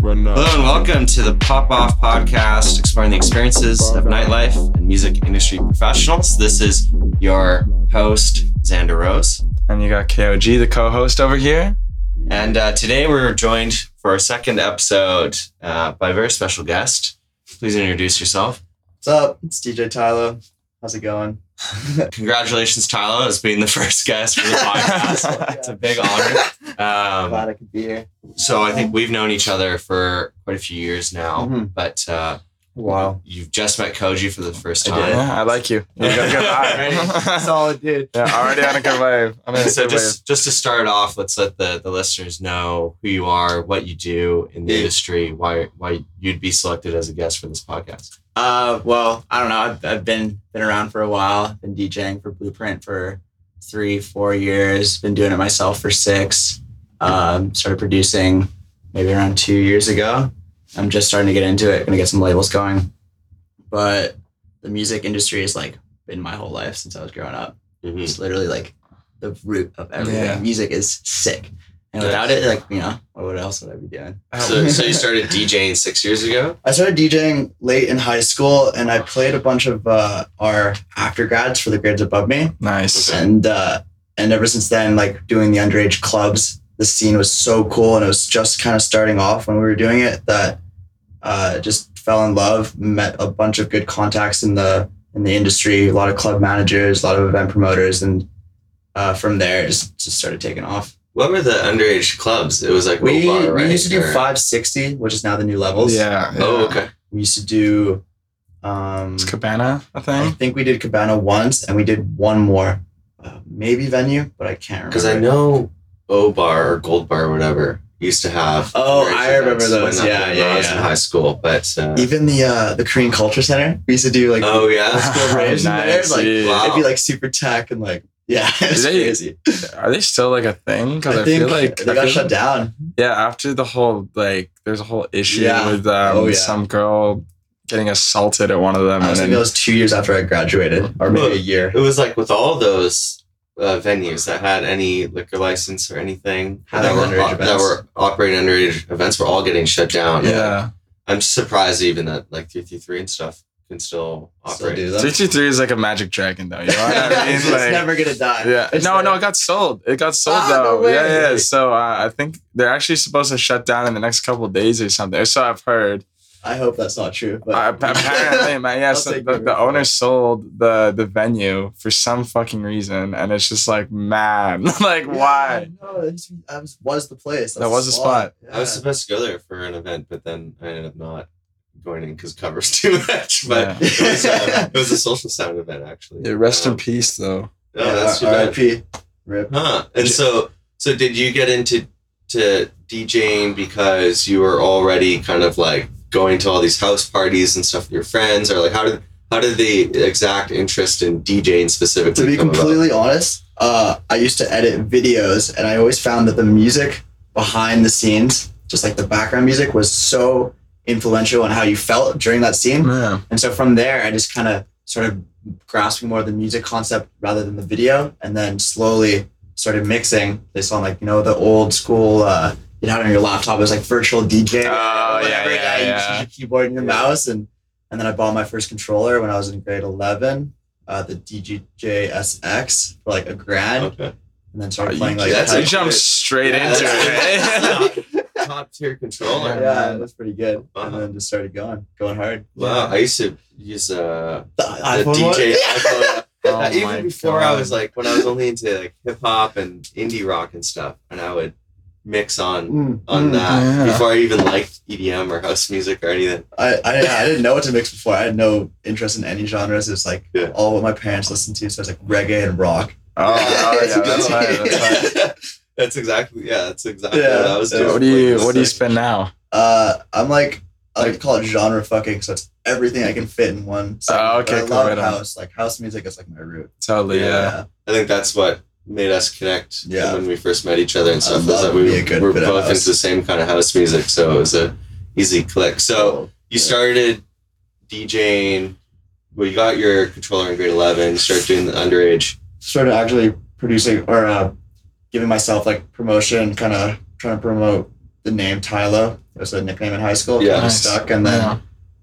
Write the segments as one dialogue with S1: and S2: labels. S1: Run up.
S2: Hello and welcome to the Pop Off Podcast, exploring the experiences of nightlife and music industry professionals. This is your host, Xander Rose.
S3: And you got KOG, the co host over here.
S2: And uh, today we're joined for our second episode uh, by a very special guest. Please introduce yourself.
S4: What's up? It's DJ Tyler. How's it going?
S2: Congratulations, Tyler, as being the first guest for the podcast. it's a big honor. Um,
S4: Glad I could be here.
S2: so I think we've known each other for quite a few years now,
S4: Mhm.
S2: but uh,
S4: Wow.
S2: you've just met Koji for the first
S4: I did.
S2: time.
S3: Yeah, I like you. You got a good vibe.
S4: Solid dude.
S3: yeah, already on a good wave. I'm in a
S2: so
S3: good
S2: just just to start off, let's let the, the listeners know who you are, what you do in the
S4: Yeah.
S2: industry, why why you'd be selected as a guest for this podcast.
S4: Uh, well, I don't know. I've, I've been been around for a while. I've been DJing for Blueprint for three, four years. Been doing it myself for six. Um, started producing maybe around two years ago. I'm just starting to get into it. Gonna get some labels going, but the music industry has like been my whole life since I was growing up. It's literally like the root of everything.
S3: Yeah.
S4: Music is sick, and
S2: Yeah.
S4: without it, like you know, what else would I be doing?
S3: wave.
S2: So, so you started DJing six years ago.
S4: I started DJing late in high school, and I played a bunch of uh, our after grads for the grades above me,
S3: nice.
S4: and uh, and ever since then, like doing the underage clubs, the scene was so cool, and it was just kind of starting off when we were doing it that uh, just fell in love, met a bunch of good contacts in the in the industry, a lot of club managers, a lot of event promoters, and uh, from there, it just just started taking off.
S2: What were the underage clubs? It was like
S4: We,
S2: Roll Bar, right?
S4: we used to do
S2: Or-
S4: 560, which is now the new levels.
S3: Yeah.
S2: Oh,
S3: yeah.
S2: okay.
S4: We used to do. Um,
S3: It's Cabana, I
S4: I
S3: think.
S4: think we did Cabana once, and we did one more, uh, maybe venue, but I can't remember.
S2: Because I know O Bar or Gold Bar or whatever used to have.
S4: Oh,
S2: underage
S4: I remember
S2: events
S4: those.
S2: when I-
S4: Yeah,
S2: when
S4: yeah,
S2: I was in
S4: yeah.
S2: high school, but uh,
S4: even the uh, the Korean Culture Center. We used to do like
S2: oh yeah,
S4: school raves in there, like,
S3: dude.
S2: wow.
S4: it'd be like super tech and like yeah, it's
S3: They-
S4: crazy.
S3: Are they still like a thing? Because
S4: I,
S3: I,
S4: think
S3: feel like
S4: they
S3: I
S4: got
S3: feel-
S4: shut down.
S3: Yeah, after the whole like, there's a whole issue
S4: Yeah.
S3: with um,
S4: Oh, yeah.
S3: some girl getting assaulted at one of them,
S4: I
S3: and
S4: was
S3: then,
S4: thinking it was two years after I graduated, or maybe a year.
S2: It was like with all those uh, venues that had any liquor license or anything
S4: Had
S2: that were,
S4: underage
S2: that
S4: events.
S2: were operating underage events were all getting shut down.
S3: oh, yeah,
S2: I'm surprised even that like 333 and stuff can still operate.
S4: Still do them.
S3: three two three is like a magic dragon, though. You know what I mean?
S4: it's
S3: Like-
S4: never gonna die.
S3: Yeah.
S4: It's
S3: no,
S4: like-
S3: no, it got sold. It got sold
S4: Ah,
S3: though.
S4: no way.
S3: yeah, yeah. So uh, I think they're actually supposed to shut down in the next couple of days or something. Or so I've heard.
S4: I hope that's not true. But
S3: Uh, ap- apparently, man. Yeah.
S4: I'll
S3: So
S4: take
S3: the,
S4: your
S3: the
S4: word for
S3: owner
S4: it.
S3: sold the the venue for some fucking reason, and it's just like, man, like why?
S4: No, it's- that was, was the place.
S3: That was the spot.
S4: Yeah.
S2: I was supposed to go there for an event, but then I ended up not going in because covers too much. But
S3: Yeah.
S2: it, was, uh, it was a social sound event actually.
S3: Yeah, rest
S2: Um,
S3: in peace, though.
S2: Oh, that's too
S4: Yeah,
S2: bad.
S4: R.I.P. Rip.
S2: Huh. And so so did you get into to DJing because you were already kind of like going to all these house parties and stuff with your friends or like how did how did the exact interest in DJing specifically
S4: to be
S2: come about?
S4: completely honest, uh, I used to edit videos, and I always found that the music behind the scenes, just like the background music, was so influential on how you felt during that scene.
S3: Yeah.
S4: And so from there, I just kind of started grasping more of the music concept rather than the video, and then slowly started mixing based on like you know the old school. Uh, you had on your laptop, it was like virtual
S3: Oh,
S4: DJ.
S3: yeah,
S4: whatever.
S3: yeah,
S4: You
S3: yeah.
S4: just use your keyboard and your
S2: Yeah.
S4: mouse, and and then I bought my first controller when I was in grade eleven. Uh, the DGJSX for like a grand,
S2: Okay.
S4: and then started
S3: You-
S4: playing like
S2: that's
S4: tech.
S3: you jumped straight
S2: Yeah,
S3: into
S2: that's-
S3: it. eh?
S2: Top tier controller.
S4: yeah, it was pretty good,
S2: Uh-huh.
S4: and then just started going, going hard.
S2: Wow. I used to use uh
S4: The
S2: the
S4: iPhone one?
S2: DJ iPhone.
S3: Oh
S2: Uh,
S3: my
S2: even before I
S3: God.
S2: was like when I was only into like hip hop and indie rock and stuff and I would mix on
S4: Mm,
S2: on
S4: mm.
S2: that
S3: yeah.
S2: before I even liked EDM or house music or anything.
S4: I, I I didn't know what to mix before. I had no interest in any genres. It was like
S2: Yeah.
S4: all what my parents listened to. So it was like reggae and rock.
S3: Oh, oh, yeah, that's right. That's right.
S2: That's exactly yeah. That's exactly
S4: Yeah.
S2: what I was doing.
S3: What do you
S2: Like,
S3: What do you
S2: sick.
S3: spend now?
S4: Uh, I'm like I like to call it genre fucking. So it's everything I can fit in one. segment.
S3: Oh, okay,
S4: But I
S3: cool,
S4: love
S3: right on.
S4: house. Like house music is like my root.
S3: Totally.
S2: Yeah.
S3: yeah.
S2: I think that's what made us connect.
S4: Yeah.
S2: When we first met each other and
S4: I
S2: stuff, was
S4: love
S2: that
S4: to be
S2: we
S4: a good
S2: were
S4: bit of
S2: both
S4: house.
S2: into the same kind of house music, so it was a easy click. So you
S4: Yeah.
S2: started DJing. Well, you got your controller in grade eleven. Started doing the underage.
S4: started actually producing or uh, giving myself like promotion, kind of trying to promote the name Tylo. It was a nickname in high school.
S2: Yeah.
S4: Kinda
S3: Nice.
S4: stuck. And then
S3: Yeah.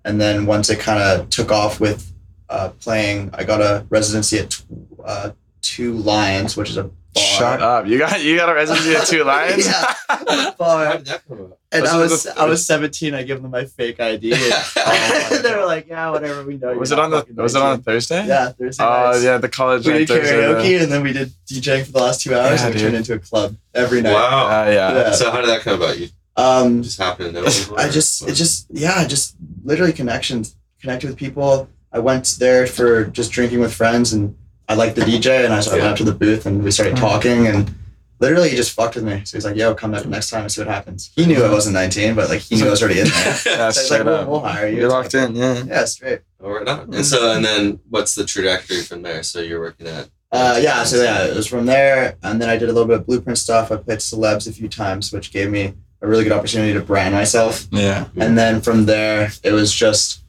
S4: and then once it kind of took off with uh, playing, I got a residency at uh, Two Lions, which is a bar.
S3: Shut up! You got you got a residency at Two Lions.
S4: Yeah.
S2: How
S4: bar.
S2: did that come up?
S4: And
S3: Was
S4: I
S3: it
S4: was
S3: the-
S4: I was 17. I gave them my fake ID.
S2: Oh
S4: and they were like, "Yeah, whatever. We know."
S3: was
S4: you're
S3: it on
S4: not
S3: the
S4: fucking
S3: Was it on a
S4: 19."
S3: Thursday?
S4: Yeah, Thursday.
S3: Oh
S4: nights.
S3: yeah, the college
S4: We
S3: night
S4: did
S3: Thursday.
S4: karaoke
S3: the-
S4: and then we did DJing for the last two hours
S3: Yeah,
S4: and it
S3: dude.
S4: turned into a club every night.
S2: Wow.
S3: Uh, yeah.
S4: Yeah.
S2: So how did that come about? You
S4: Um,
S2: just happened to know. people,
S4: I
S2: or
S4: just,
S2: what?
S4: it just, yeah, I just literally connections, connected with people. I went there for just drinking with friends and I liked the DJ and I, so I went
S2: Yeah.
S4: up to the booth and we started
S3: Mhm.
S4: talking and literally he just fucked with me. So he's like, yo, come back next time and see what happens. He knew I wasn't 19, but like he knew I was already in there.
S3: Yeah,
S4: So he's
S3: straight
S4: like, we'll,
S3: up.
S4: we'll hire you.
S3: You're locked in. Yeah.
S4: Yeah, straight.
S2: Oh, right on. And so, and then what's the trajectory from there? So you're working at.
S4: Uh, yeah, so yeah, it was from there, and then I did a little bit of blueprint stuff. I played celebs a few times, which gave me a really good opportunity to brand myself.
S3: Yeah.
S4: And then from there, it was just,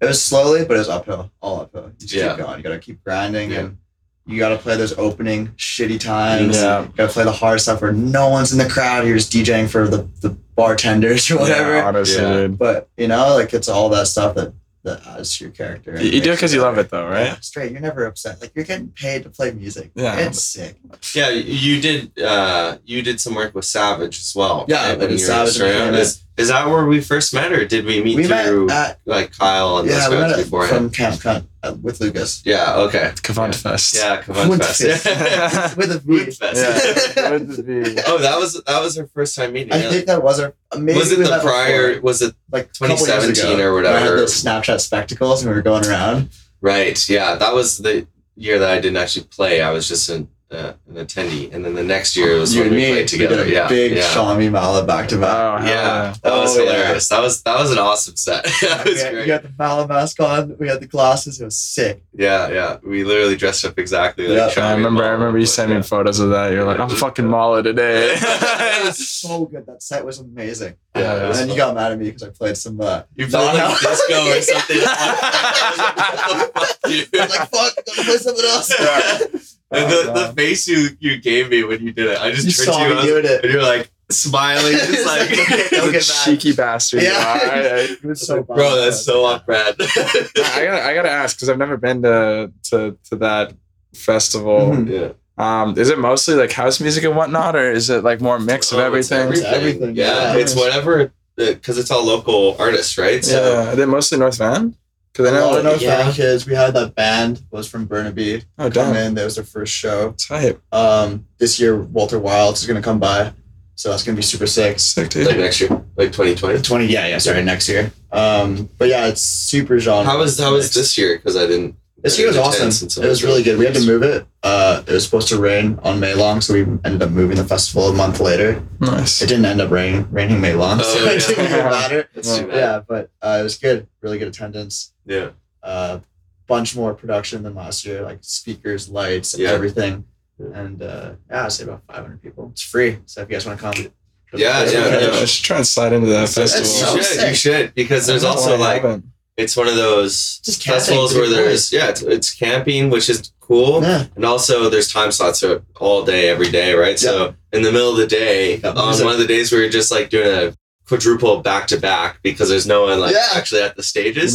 S4: it was slowly, but it was uphill, all uphill. You just
S2: Yeah.
S4: keep going. You gotta keep grinding,
S2: Yeah.
S4: and you gotta play those opening shitty times.
S3: Yeah.
S4: You gotta play the hard stuff where no one's in the crowd. You're just DJing for the the bartenders or whatever.
S3: Yeah, honestly,
S2: Yeah.
S3: dude.
S4: But you know, like it's all that stuff that that adds to your character. and
S3: You, you do it
S4: makes
S3: because you love
S4: better.
S3: it, though, right?
S4: Yeah, straight. You're never upset. Like you're getting paid to play music.
S3: Yeah.
S4: It's sick.
S2: Yeah, you did. Uh, you did some work with Savage as well.
S4: Yeah,
S2: right?
S4: I did
S2: When you were
S4: Savage and
S2: around.
S4: Famous.
S2: Is, is that where we first met, or did we meet
S4: We met
S2: through
S4: at
S2: like Kyle and
S4: yeah, we
S2: those
S4: met
S2: guys
S4: at,
S2: beforehand?
S4: from Camp Cunt uh, with Lucas.
S2: yeah. Okay.
S3: Kavant Fest.
S2: Yeah. Come on,
S4: With-
S2: fast.
S4: with a V.
S2: Food fest.
S3: Yeah. Would this be-
S2: oh, that was that was her first time meeting.
S4: I
S2: yeah.
S4: think that was our maybe
S2: was it
S4: we
S2: the
S4: met
S2: prior?
S4: before,
S2: Was it
S4: like a couple years
S2: 2017
S4: ago,
S2: or
S4: when I had
S2: whatever.
S4: those Snapchat spectacles and we were going around.
S2: right? Yeah, that was the year that I didn't actually play. I was just an uh, an attendee, and then the next year was
S4: Oh, You
S2: when
S4: and
S2: we
S4: me,
S2: played
S4: we
S2: together.
S4: did a
S2: yeah,
S4: big
S2: yeah.
S4: Shami Mala back to
S3: Oh,
S4: back.
S3: hell
S2: Yeah, that was
S4: Oh, yeah.
S2: hilarious. That was that was an awesome set. that
S4: We
S2: was
S4: had,
S2: great.
S4: you had the Mala mask on. We had the glasses. It was sick.
S2: Yeah, yeah. We literally dressed up exactly like
S4: Yeah.
S2: Charlie
S3: I remember. I
S2: Ball.
S3: remember you sent me
S2: Yeah.
S3: photos of that. You're like, I'm fucking Mala today.
S4: It was so good. That set was amazing.
S2: Yeah, it
S4: And
S2: was
S4: then you got mad at me because I played some. Uh,
S2: You felt like
S4: No.
S2: disco or something.
S4: Yeah.
S2: Fuck you.
S4: I was like fuck, I'm gonna play something else.
S2: And
S3: Oh,
S2: the,
S3: no.
S2: the face you, you gave me when you did it, I just
S4: you
S2: turned
S4: saw
S2: to you
S4: me
S2: and I was-
S4: doing it.
S2: and you're like smiling, just
S4: It's
S2: like,
S4: like,
S3: You're
S4: Don't
S3: a
S4: get mad.
S3: cheeky bastard. you
S4: Yeah.
S3: are. I-
S4: It was so
S2: bro, that's so off brand.
S3: I gotta, I gotta ask because I've never been to to, to that festival.
S4: Mhm.
S2: yeah.
S3: Um, is it mostly like house music and whatnot, or is it like more mix of
S2: Oh, it's
S3: everything?
S4: every- It's everything,
S2: Yeah,
S4: yeah.
S2: it's whatever, because it's all local artists, right? So,
S3: Yeah, are they mostly North Van? Because I
S4: A lot
S3: know,
S4: of North
S2: yeah.
S4: Van kids. We had that band was from Burnaby.
S3: oh
S4: Come
S3: damn,
S4: in. That was their first show.
S3: type,
S4: Um, this year Walter Wilds is gonna come by, so that's gonna be super sick.
S3: sick
S2: like
S3: dude.
S2: next year, like 2020.
S4: Twenty, yeah, yeah, sorry, next year. Um, but yeah, it's super genre.
S2: How was how was
S4: mixed.
S2: this year? Because I didn't.
S4: This year was awesome. It was really good. We had to move it. Uh, it was supposed to rain on May long, so we ended up moving the festival a month later. It
S3: Nice.
S4: didn't end up raining, raining May long, so
S2: Oh,
S4: it
S2: yeah.
S4: didn't even matter.
S2: That's too bad.
S4: Yeah, but uh, it was good. Really good attendance.
S2: Yeah.
S4: uh, bunch more production than last year, like speakers, lights,
S2: Yeah.
S4: everything.
S2: Yeah.
S4: And uh, yeah, I'd say about 500 people. It's free. So if you guys want to come,
S2: Yeah,
S4: it's
S2: yeah,
S4: okay.
S2: yeah.
S3: I should try and slide into that
S2: You
S3: festival.
S4: That's so
S2: should, you
S4: sick.
S2: should, because there's
S3: I don't know
S2: also
S3: why I
S2: like
S3: haven't.
S2: it's one of those
S4: Just camping,
S2: festivals
S4: dude,
S2: where there's yeah, it's, it's camping, which is cool,
S4: Yeah.
S2: and also there's time slots so all day every day, right? So in the middle of the day,
S4: Yeah,
S2: on
S4: music.
S2: one of the days we were just like doing a quadruple back to back because there's no one like
S4: Yeah.
S2: actually at the
S3: Might
S2: stages,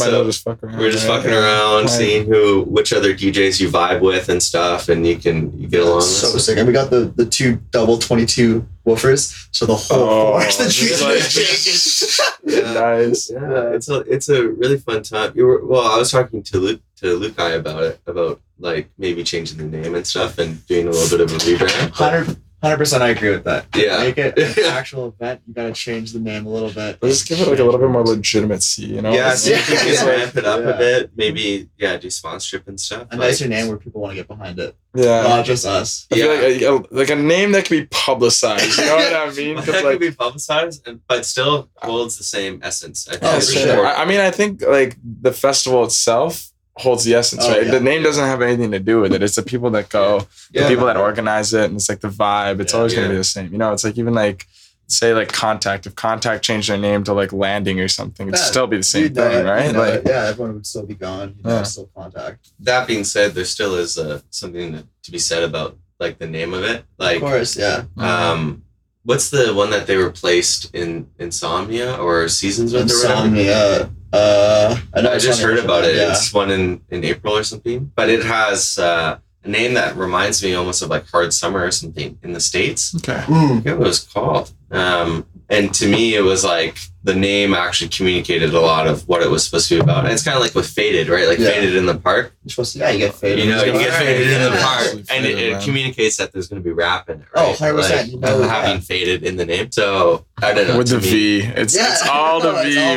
S3: as well
S2: so
S3: just fuck around.
S2: we're just
S3: right?
S2: fucking around,
S3: Right.
S2: seeing who which other DJs you vibe with and stuff, and you can you get along. with.
S4: so sick. And we got the, the two double 22 woofers. So the whole
S3: Oh,
S4: forest, the
S3: this
S4: trees
S3: is
S4: are
S3: like-
S4: shaking.
S2: Yeah.
S3: Nice.
S2: Yeah, it's a it's a really fun time. You were well. I was talking to Luke to Luke guy about it about like maybe changing the name and stuff and doing a little bit of a rebrand. but-
S4: 100 100% I agree with that.
S2: Yeah.
S4: Make it an actual event. You got to change the name a little bit.
S3: Let's give it like a little bit more legitimacy, you know?
S2: Yeah,
S4: it's-
S2: see if you can
S4: yeah.
S2: ramp it up
S4: Yeah.
S2: a bit. Maybe yeah, do sponsorship and stuff.
S4: A
S2: like-
S4: nicer name where people want to get behind it.
S2: Uh,
S3: yeah.
S4: Not just us.
S3: I feel like a, a- like a name that can be publicized. You know what I mean? 'Cause,
S2: that
S3: like,
S2: could be publicized, and, but still holds the same essence. I think
S4: Oh,
S3: yeah,
S2: for
S4: sure.
S2: sure.
S3: I, I mean, I think like the festival itself holds the essence,
S4: Oh,
S3: right?
S4: yeah.
S3: the name doesn't have anything to do with it. It's the people that go,
S2: Yeah.
S3: the people that organize it, and it's like the vibe. It's
S4: Yeah,
S3: always
S2: yeah.
S3: gonna be the same. You know, it's like even like say like contact. If contact changed their name to like landing or something, it'd
S4: Yeah,
S3: still be the same
S4: You'd know
S3: thing,
S4: it,
S3: right?
S4: you know
S3: like
S4: it. yeah, everyone would still be gone. You know,
S3: Yeah.
S4: still contact.
S2: That being said, there still is uh, something to be said about like the name of it. Like
S4: of course, yeah.
S2: Um, What's the one that they replaced in Insomnia or Seasons with? or whatever?
S4: Insomnia. Uh, know
S2: I just
S4: Insomnia
S2: heard
S4: was
S2: about it.
S4: Yeah.
S2: It's one in, in April or something. But it has uh, a name that reminds me almost of like Hard Summer or something in the States.
S3: Okay.
S4: Mm.
S2: I forget what it was called. Um, and to me, it was like the name actually communicated a lot of what it was supposed to be about. And it's kind of like with Faded, right? Like
S4: Yeah.
S2: Faded in the Park.
S4: You're supposed to- yeah, you get faded.
S2: You know, you get
S4: Alright,
S2: Faded in the
S4: yeah.
S2: Park.
S3: Absolutely
S2: And it,
S3: faded,
S2: it
S3: man.
S2: communicates that there's going to be rap in it,
S4: Oh,
S2: right?
S4: 100%, you know,
S2: Like, having
S4: yeah.
S2: Faded in the name. So I don't know.
S3: With
S2: to
S3: the V.
S2: me-
S3: It's,
S4: Yeah,
S3: it's all the
S4: no,
S3: V,
S4: it's all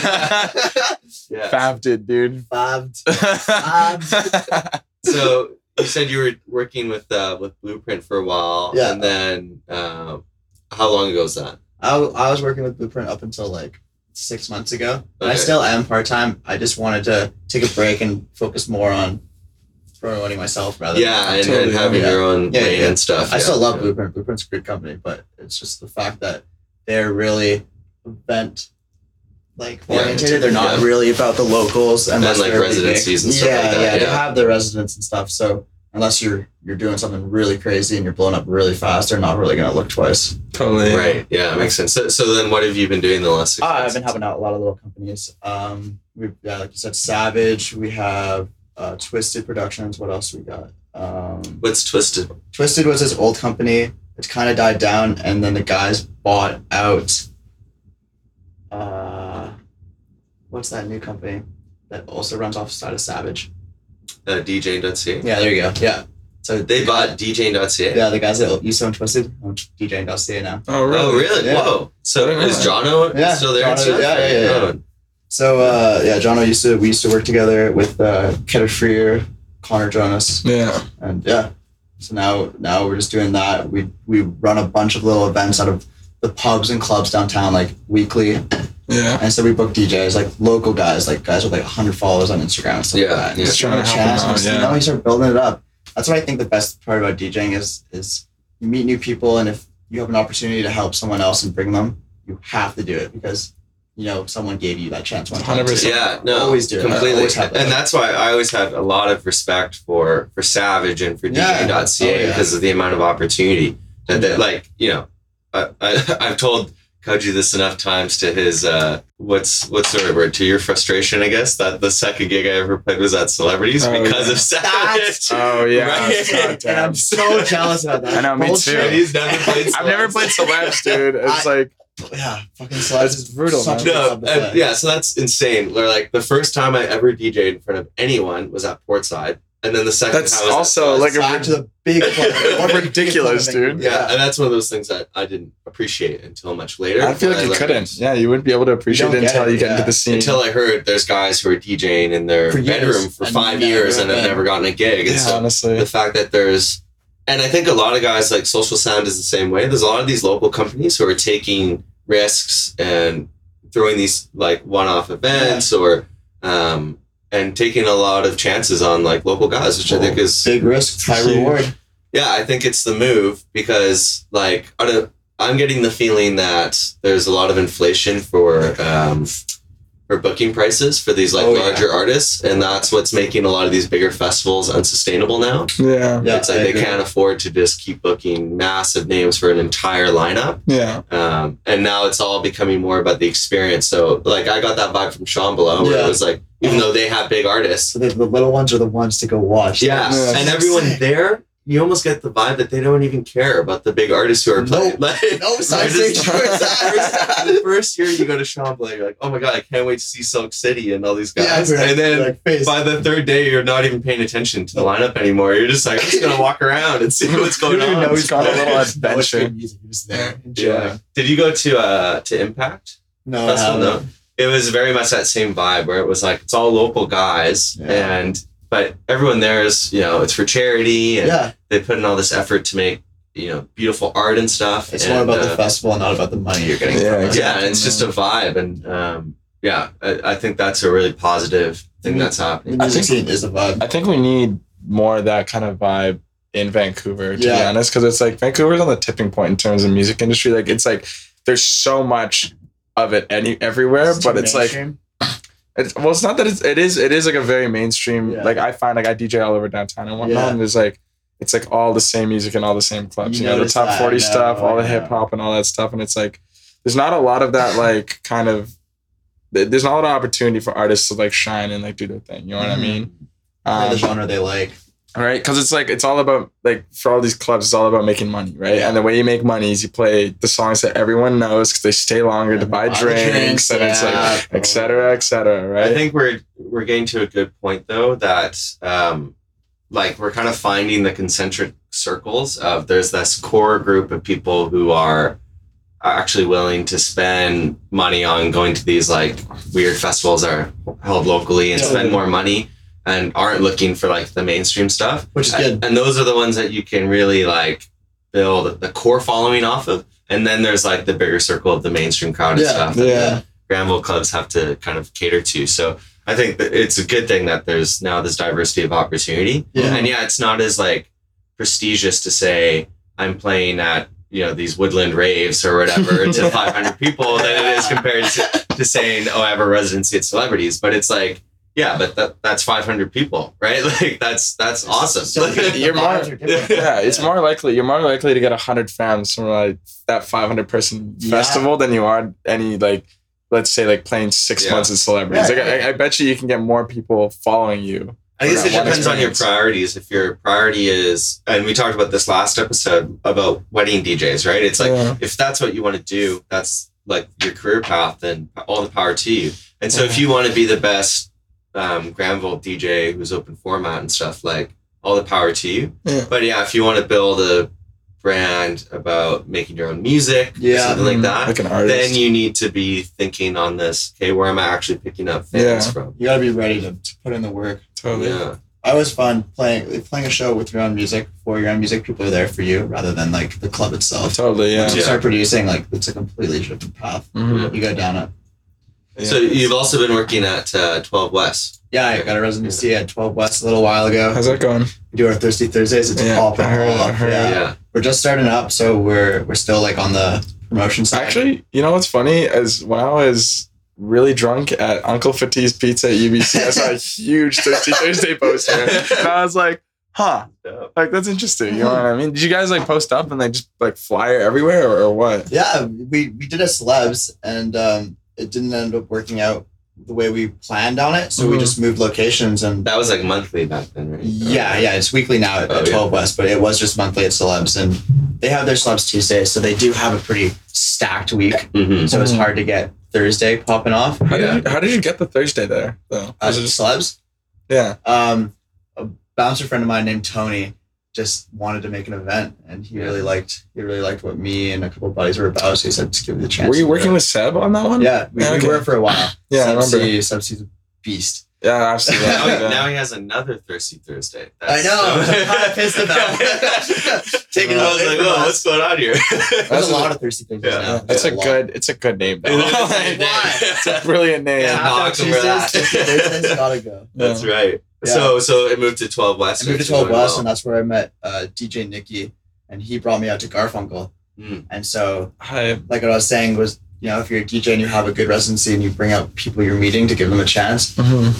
S3: man.
S2: Yeah.
S3: Fabbed it, dude.
S4: Bobbed. Um,
S2: so you said you were working with uh, with Blueprint for a while,
S4: Yeah.
S2: and then uh, how long ago was that?
S4: I, w- I was working with Blueprint up until like six months ago. And I
S2: Okay.
S4: still am part time. I just wanted to take a break and focus more on promoting myself rather
S2: yeah,
S4: than
S2: and,
S3: totally,
S2: and having
S4: Uh, yeah.
S2: your own
S4: Yeah, yeah,
S2: lane
S4: yeah.
S2: and stuff.
S4: I
S2: yeah.
S4: still love
S2: Yeah.
S4: Blueprint. Blueprint's a good company, but it's just the fact that they're really event like
S2: Yeah.
S4: oriented. They're not
S2: Yeah.
S4: really about the locals unless
S2: like,
S4: they're really big.
S2: residencies and stuff
S4: yeah,
S2: like that,
S4: Yeah, they
S2: yeah.
S4: have their residents and stuff. So unless you're you're doing something really crazy and you're blowing up really fast, they're not really gonna look twice.
S3: totally.
S2: Right. Yeah, it makes sense. So, so then, what have you been doing the last? Six
S4: Uh, I've
S2: months?
S4: been helping out a lot of little companies. Um, we yeah, like you said, Savage. We have uh, Twisted Productions. What else we got? Um,
S2: What's twisted?
S4: Twisted was his old company. It kind of died down, and then the guys bought out. Uh, what's that new company that also runs off the side of Savage?
S2: Uh, DJing.ca.
S4: Yeah, there you go. Yeah. So
S2: They bought DJing.ca.
S4: Yeah, the guys that used to own Twisted, I'm DJing Dusty now.
S3: Oh, really?
S2: Oh, really?
S4: Yeah.
S2: Whoa. So
S3: I didn't
S2: is Jono
S4: Yeah,
S2: still there? and
S4: Jono-
S2: stuff? Oh,
S4: yeah, yeah, yeah, yeah. So uh, yeah, Jono used to we used to work together with uh, Keter Freer, Connor Jonas,
S3: Yeah.
S4: and yeah. So now now we're just doing that. We we run a bunch of little events out of the pubs and clubs downtown like weekly,
S3: Yeah.
S4: and so we book DJs like local guys, like guys with like 100 followers on Instagram and stuff
S2: Yeah,
S4: like that. And
S2: yeah.
S4: just give
S3: Trying
S4: them
S3: to
S4: a
S3: help them
S4: chance. and
S3: out,
S4: just,
S3: yeah.
S4: You know, you start building it up. That's what I think the best part about DJing is is you meet new people, and if you have an opportunity to help someone else and bring them, you have to do it because you know someone gave you that chance one time.
S3: 100%.
S2: Yeah, no,
S4: Always do it.
S2: completely.
S4: Always have it.
S2: and that's why I always had a lot of respect for for Savage and for
S4: Yeah.
S2: DJ.ca
S4: Oh, yeah.
S2: because of the amount of opportunity that, that
S4: Yeah.
S2: like you know, I, I I've told Koji this enough times to his uh what's what's the right word to your frustration I guess that the second gig I ever played was at Celebrities
S3: Oh,
S2: because
S3: yeah.
S2: of Savage.
S3: Oh, yeah.
S2: Right.
S3: God
S4: And
S3: damn.
S4: I'm so jealous about that.
S3: I know, me
S4: Bullshit.
S2: Dude,
S3: too.
S2: he's never played.
S3: I've never
S2: Celebs.
S3: played celebs, dude. It's like
S4: Yeah, fucking
S3: That's
S4: slabs is
S3: brutal,
S4: Such
S3: man.
S4: a good
S2: No,
S4: club to
S2: uh,
S4: play.
S2: yeah, so that's insane. Where, Like the first time I ever DJ'd in front of anyone was at Portside, and then the second
S3: That's
S2: time was at
S3: also,
S2: Celebs.
S3: like a
S4: Back to the big club. What a big
S3: Ridiculous,
S4: club event.
S3: dude.
S2: Yeah, and that's one of those things that I didn't appreciate until much later.
S3: I feel
S2: when
S3: like you
S2: learned-
S3: couldn't. Yeah, you wouldn't be able to appreciate
S4: don't
S3: it
S4: get
S3: until
S4: it,
S3: you get
S4: yeah.
S3: into the scene.
S2: Until I heard there's guys who are DJing in their
S4: For years,
S2: bedroom for
S4: and
S2: five
S4: never
S2: years and have
S4: been.
S2: never gotten a gig. And
S3: yeah,
S2: so the
S3: honestly.
S2: fact that there's, and I think a lot of guys like Social Sound is the same way. There's a lot of these local companies who are taking risks and throwing these like one-off events or, um, and taking a lot of chances on like local guys, which I think is
S4: Big risk, high
S3: Huge.
S4: reward.
S2: yeah, I think it's the move because like I don't, I'm getting the feeling that there's a lot of inflation for um, for booking prices for these like
S4: Oh, yeah.
S2: larger artists, and that's what's making a lot of these bigger festivals unsustainable now.
S3: Yeah.
S4: Yeah,
S2: it's like
S4: I
S2: they
S4: agree.
S2: can't afford to just keep booking massive names for an entire lineup,
S3: Yeah.
S2: um, and now it's all becoming more about the experience. So like I got that vibe from Sean Below, where
S4: Yeah.
S2: it was like even though they have big artists,
S4: So the, the little ones are the ones to go watch.
S2: yeah,
S3: Yeah.
S2: and everyone there, you almost get the vibe that they don't even care about the big artists who are playing.
S4: Nope.
S2: Like,
S4: No, sorry,
S2: they're just-
S4: sure it's
S2: first,
S4: that.
S2: the first year you go to Champlain, you're like, oh my god, I can't wait to see Silk City and all these
S4: Yeah,
S2: guys.
S4: right.
S2: And then
S4: Like, face.
S2: by the third day, you're not even paying attention to the lineup anymore. You're just like, I'm just gonna walk around and see what's going
S3: You know
S2: on.
S3: he's got a little adventure.
S4: music is there.
S2: Yeah. Did you go to uh to Impact?
S4: No,
S2: That's
S4: I
S2: cool,
S4: haven't.
S2: it was very much that same vibe where it was like it's all local guys
S4: Yeah.
S2: and but everyone there is you know it's for charity and
S4: Yeah,
S2: they put in all this effort to make you know beautiful art and stuff
S4: it's
S2: and,
S4: more about
S2: uh,
S4: the festival, not about the money you're getting.
S3: Yeah,
S4: from it.
S3: exactly.
S2: yeah and it's just a vibe and um, yeah I, I think that's a really positive thing that's
S4: The
S2: happening
S3: I
S4: music
S3: think-
S4: scene is the vibe.
S3: I think we need more of that kind of vibe in Vancouver, to be
S4: Yeah.
S3: honest, because it's like Vancouver's on the tipping point in terms of music industry. Like it's like there's so much of it any everywhere, but it's like it's, well, it's not that it's, it is it is like a very mainstream.
S4: Yeah.
S3: Like I find like I DJ all over downtown and whatnot,
S4: Yeah.
S3: and there's like it's like all the same music and all the same clubs.
S4: You
S3: You, know, the
S4: noticed
S3: top
S4: that,
S3: forty
S4: I know,
S3: stuff, all the
S4: I
S3: hip
S4: know.
S3: hop and all that stuff, and it's like there's not a lot of that like kind of th- there's not a lot of opportunity for artists to like shine and like do their thing. You know what I
S4: Mhm.
S3: mean?
S4: They're the
S3: Um,
S4: genre they like.
S3: all right, because it's like it's all about like for all these clubs, it's all about making money, right? And the way you make money is you play the songs that everyone knows because they stay longer to
S4: And
S3: buy
S4: Mm-hmm. buy the
S3: drinks,
S4: drinks,
S3: and it's
S2: yeah.
S3: like et cetera, et cetera, right?
S2: I think we're we're getting to a good point though that um, like we're kind of finding the concentric circles of there's this core group of people who are actually willing to spend money on going to these like weird festivals that are held locally and spend
S4: Totally.
S2: more money and aren't looking for like the mainstream stuff
S4: Which is
S2: and,
S4: good.
S2: and those are the ones that you can really like build the core following off of and then there's like the bigger circle of the mainstream crowd and
S4: Yeah,
S2: stuff
S3: yeah.
S2: And the granville clubs have to kind of cater to so i think that it's a good thing that there's now this diversity of opportunity
S4: Yeah.
S2: and yeah it's not as like prestigious to say i'm playing at you know these woodland raves or whatever to 500 people than it is compared to, to saying oh i have a residency at celebrities but it's like yeah but that, that's 500 people right like that's that's awesome
S4: So the- the
S3: You're
S4: vibes
S3: more-
S4: are different.
S3: yeah, it's more likely you're more likely to get hundred fans from like that five hundred person
S4: Yeah.
S3: festival than you are any like let's say like playing six
S2: Yeah.
S3: months in celebrities.
S4: Right.
S3: Like I, I bet you you can get more people following you.
S2: I guess it
S3: Right.
S2: depends on your
S3: Experience.
S2: priorities. If your priority is, and we talked about this last episode about wedding DJs, right? It's like
S3: Yeah.
S2: if that's what you want to do, that's like your career path, then all the power to you. And so if you want to be the best um, Granville DJ who's open format and stuff, like all the power to you.
S3: Yeah.
S2: But yeah, if you want to build a brand about making your own music,
S4: Yeah.
S2: yeah,
S3: Mm-hmm.
S2: something like that,
S3: Like an artist.
S2: then you need to be thinking on this. Okay, where am I actually picking up fans
S3: Yeah.
S2: from?
S4: You gotta be ready to, to put in the work.
S3: totally.
S2: Yeah.
S4: I always find playing playing a show with your own music for your own music. People are there for you rather than like the club itself.
S3: Totally, yeah.
S4: Once you
S2: Yeah.
S4: start producing, like it's a completely different path.
S3: Mhm.
S4: You go down it.
S3: Yeah.
S2: So you've also been working at uh, 12 West.
S4: Yeah, I got a residency at 12 West a little while ago.
S3: how's that going?
S4: We do our Thirsty Thursdays. It's
S3: Yeah,
S4: all up.
S3: I heard, I heard.
S4: Yeah.
S2: Yeah.
S4: We're just starting up, so we're we're still like on the promotion side.
S3: Actually, you know what's funny is when I was really drunk at Uncle Fatih's Pizza at UBC, I saw a huge Thirsty Thursday poster. And I was like, huh, like that's interesting. You know what I mean? Did you guys like post up and like just like flyer everywhere or, or what?
S4: yeah, we we did a celebs, and um, it didn't end up working out the way we planned on it. So we
S3: Mhm.
S4: just moved locations and.
S2: That was like monthly back then, right?
S4: Yeah, yeah, it's weekly now at,
S2: Oh,
S4: at
S2: yeah.
S4: 12 West, but it was just monthly at Celebs, and they have their Celebs Tuesdays, so they do have a pretty stacked week.
S2: Mhm.
S4: So it's
S3: Mhm.
S4: hard to get Thursday popping off.
S3: How,
S2: Yeah.
S3: did you, how did you get the Thursday there though?
S4: Uh,
S3: Was it just-
S4: celebs.
S3: yeah.
S4: Um, a bouncer friend of mine named Tony just wanted to make an event, and he
S2: Yeah.
S4: really liked he really liked what me and a couple of buddies were about. So he said, "Just give me the chance."
S3: Were you
S4: to do
S3: working
S4: it."
S3: with Seb on that one?
S4: Yeah, we,
S3: Okay.
S4: we were for a while.
S3: Yeah, I
S4: Subsea,
S3: remember.
S4: Subsea's a beast.
S3: Yeah, I've seen
S2: Now,
S3: that.
S2: he,
S3: yeah.
S2: now he has another Thirsty Thursday.
S4: I know.
S2: so-
S4: I'm kind of pissed about. it.
S2: I
S4: Taking it
S3: Uh,
S2: was
S4: away
S2: like,
S4: from
S2: "Whoa,
S4: us.
S2: what's going on here?
S4: There's
S3: that's
S4: a lot
S3: a-
S4: of thirsty things.
S2: Yeah.
S4: now.
S3: That's a
S4: lot.
S3: good. It's a good name. Though.
S4: Why?
S3: it's a brilliant name.
S2: Yeah. knock him for that.
S4: Tuesdays, Thursdays gotta go.
S2: That's right.
S4: Yeah.
S2: So, so it moved to 12 West.
S4: I moved to
S2: which is
S4: 12
S2: going
S4: West, and
S2: well.
S4: that's where I met uh, DJ Nikki, and he brought me out to Garfunkel.
S2: Mm.
S4: And so,
S3: Hi.
S4: like what I was saying was, you know, if you're a DJ and you have a good residency and you bring out people you're meeting to give them a chance,
S3: Mm-hmm.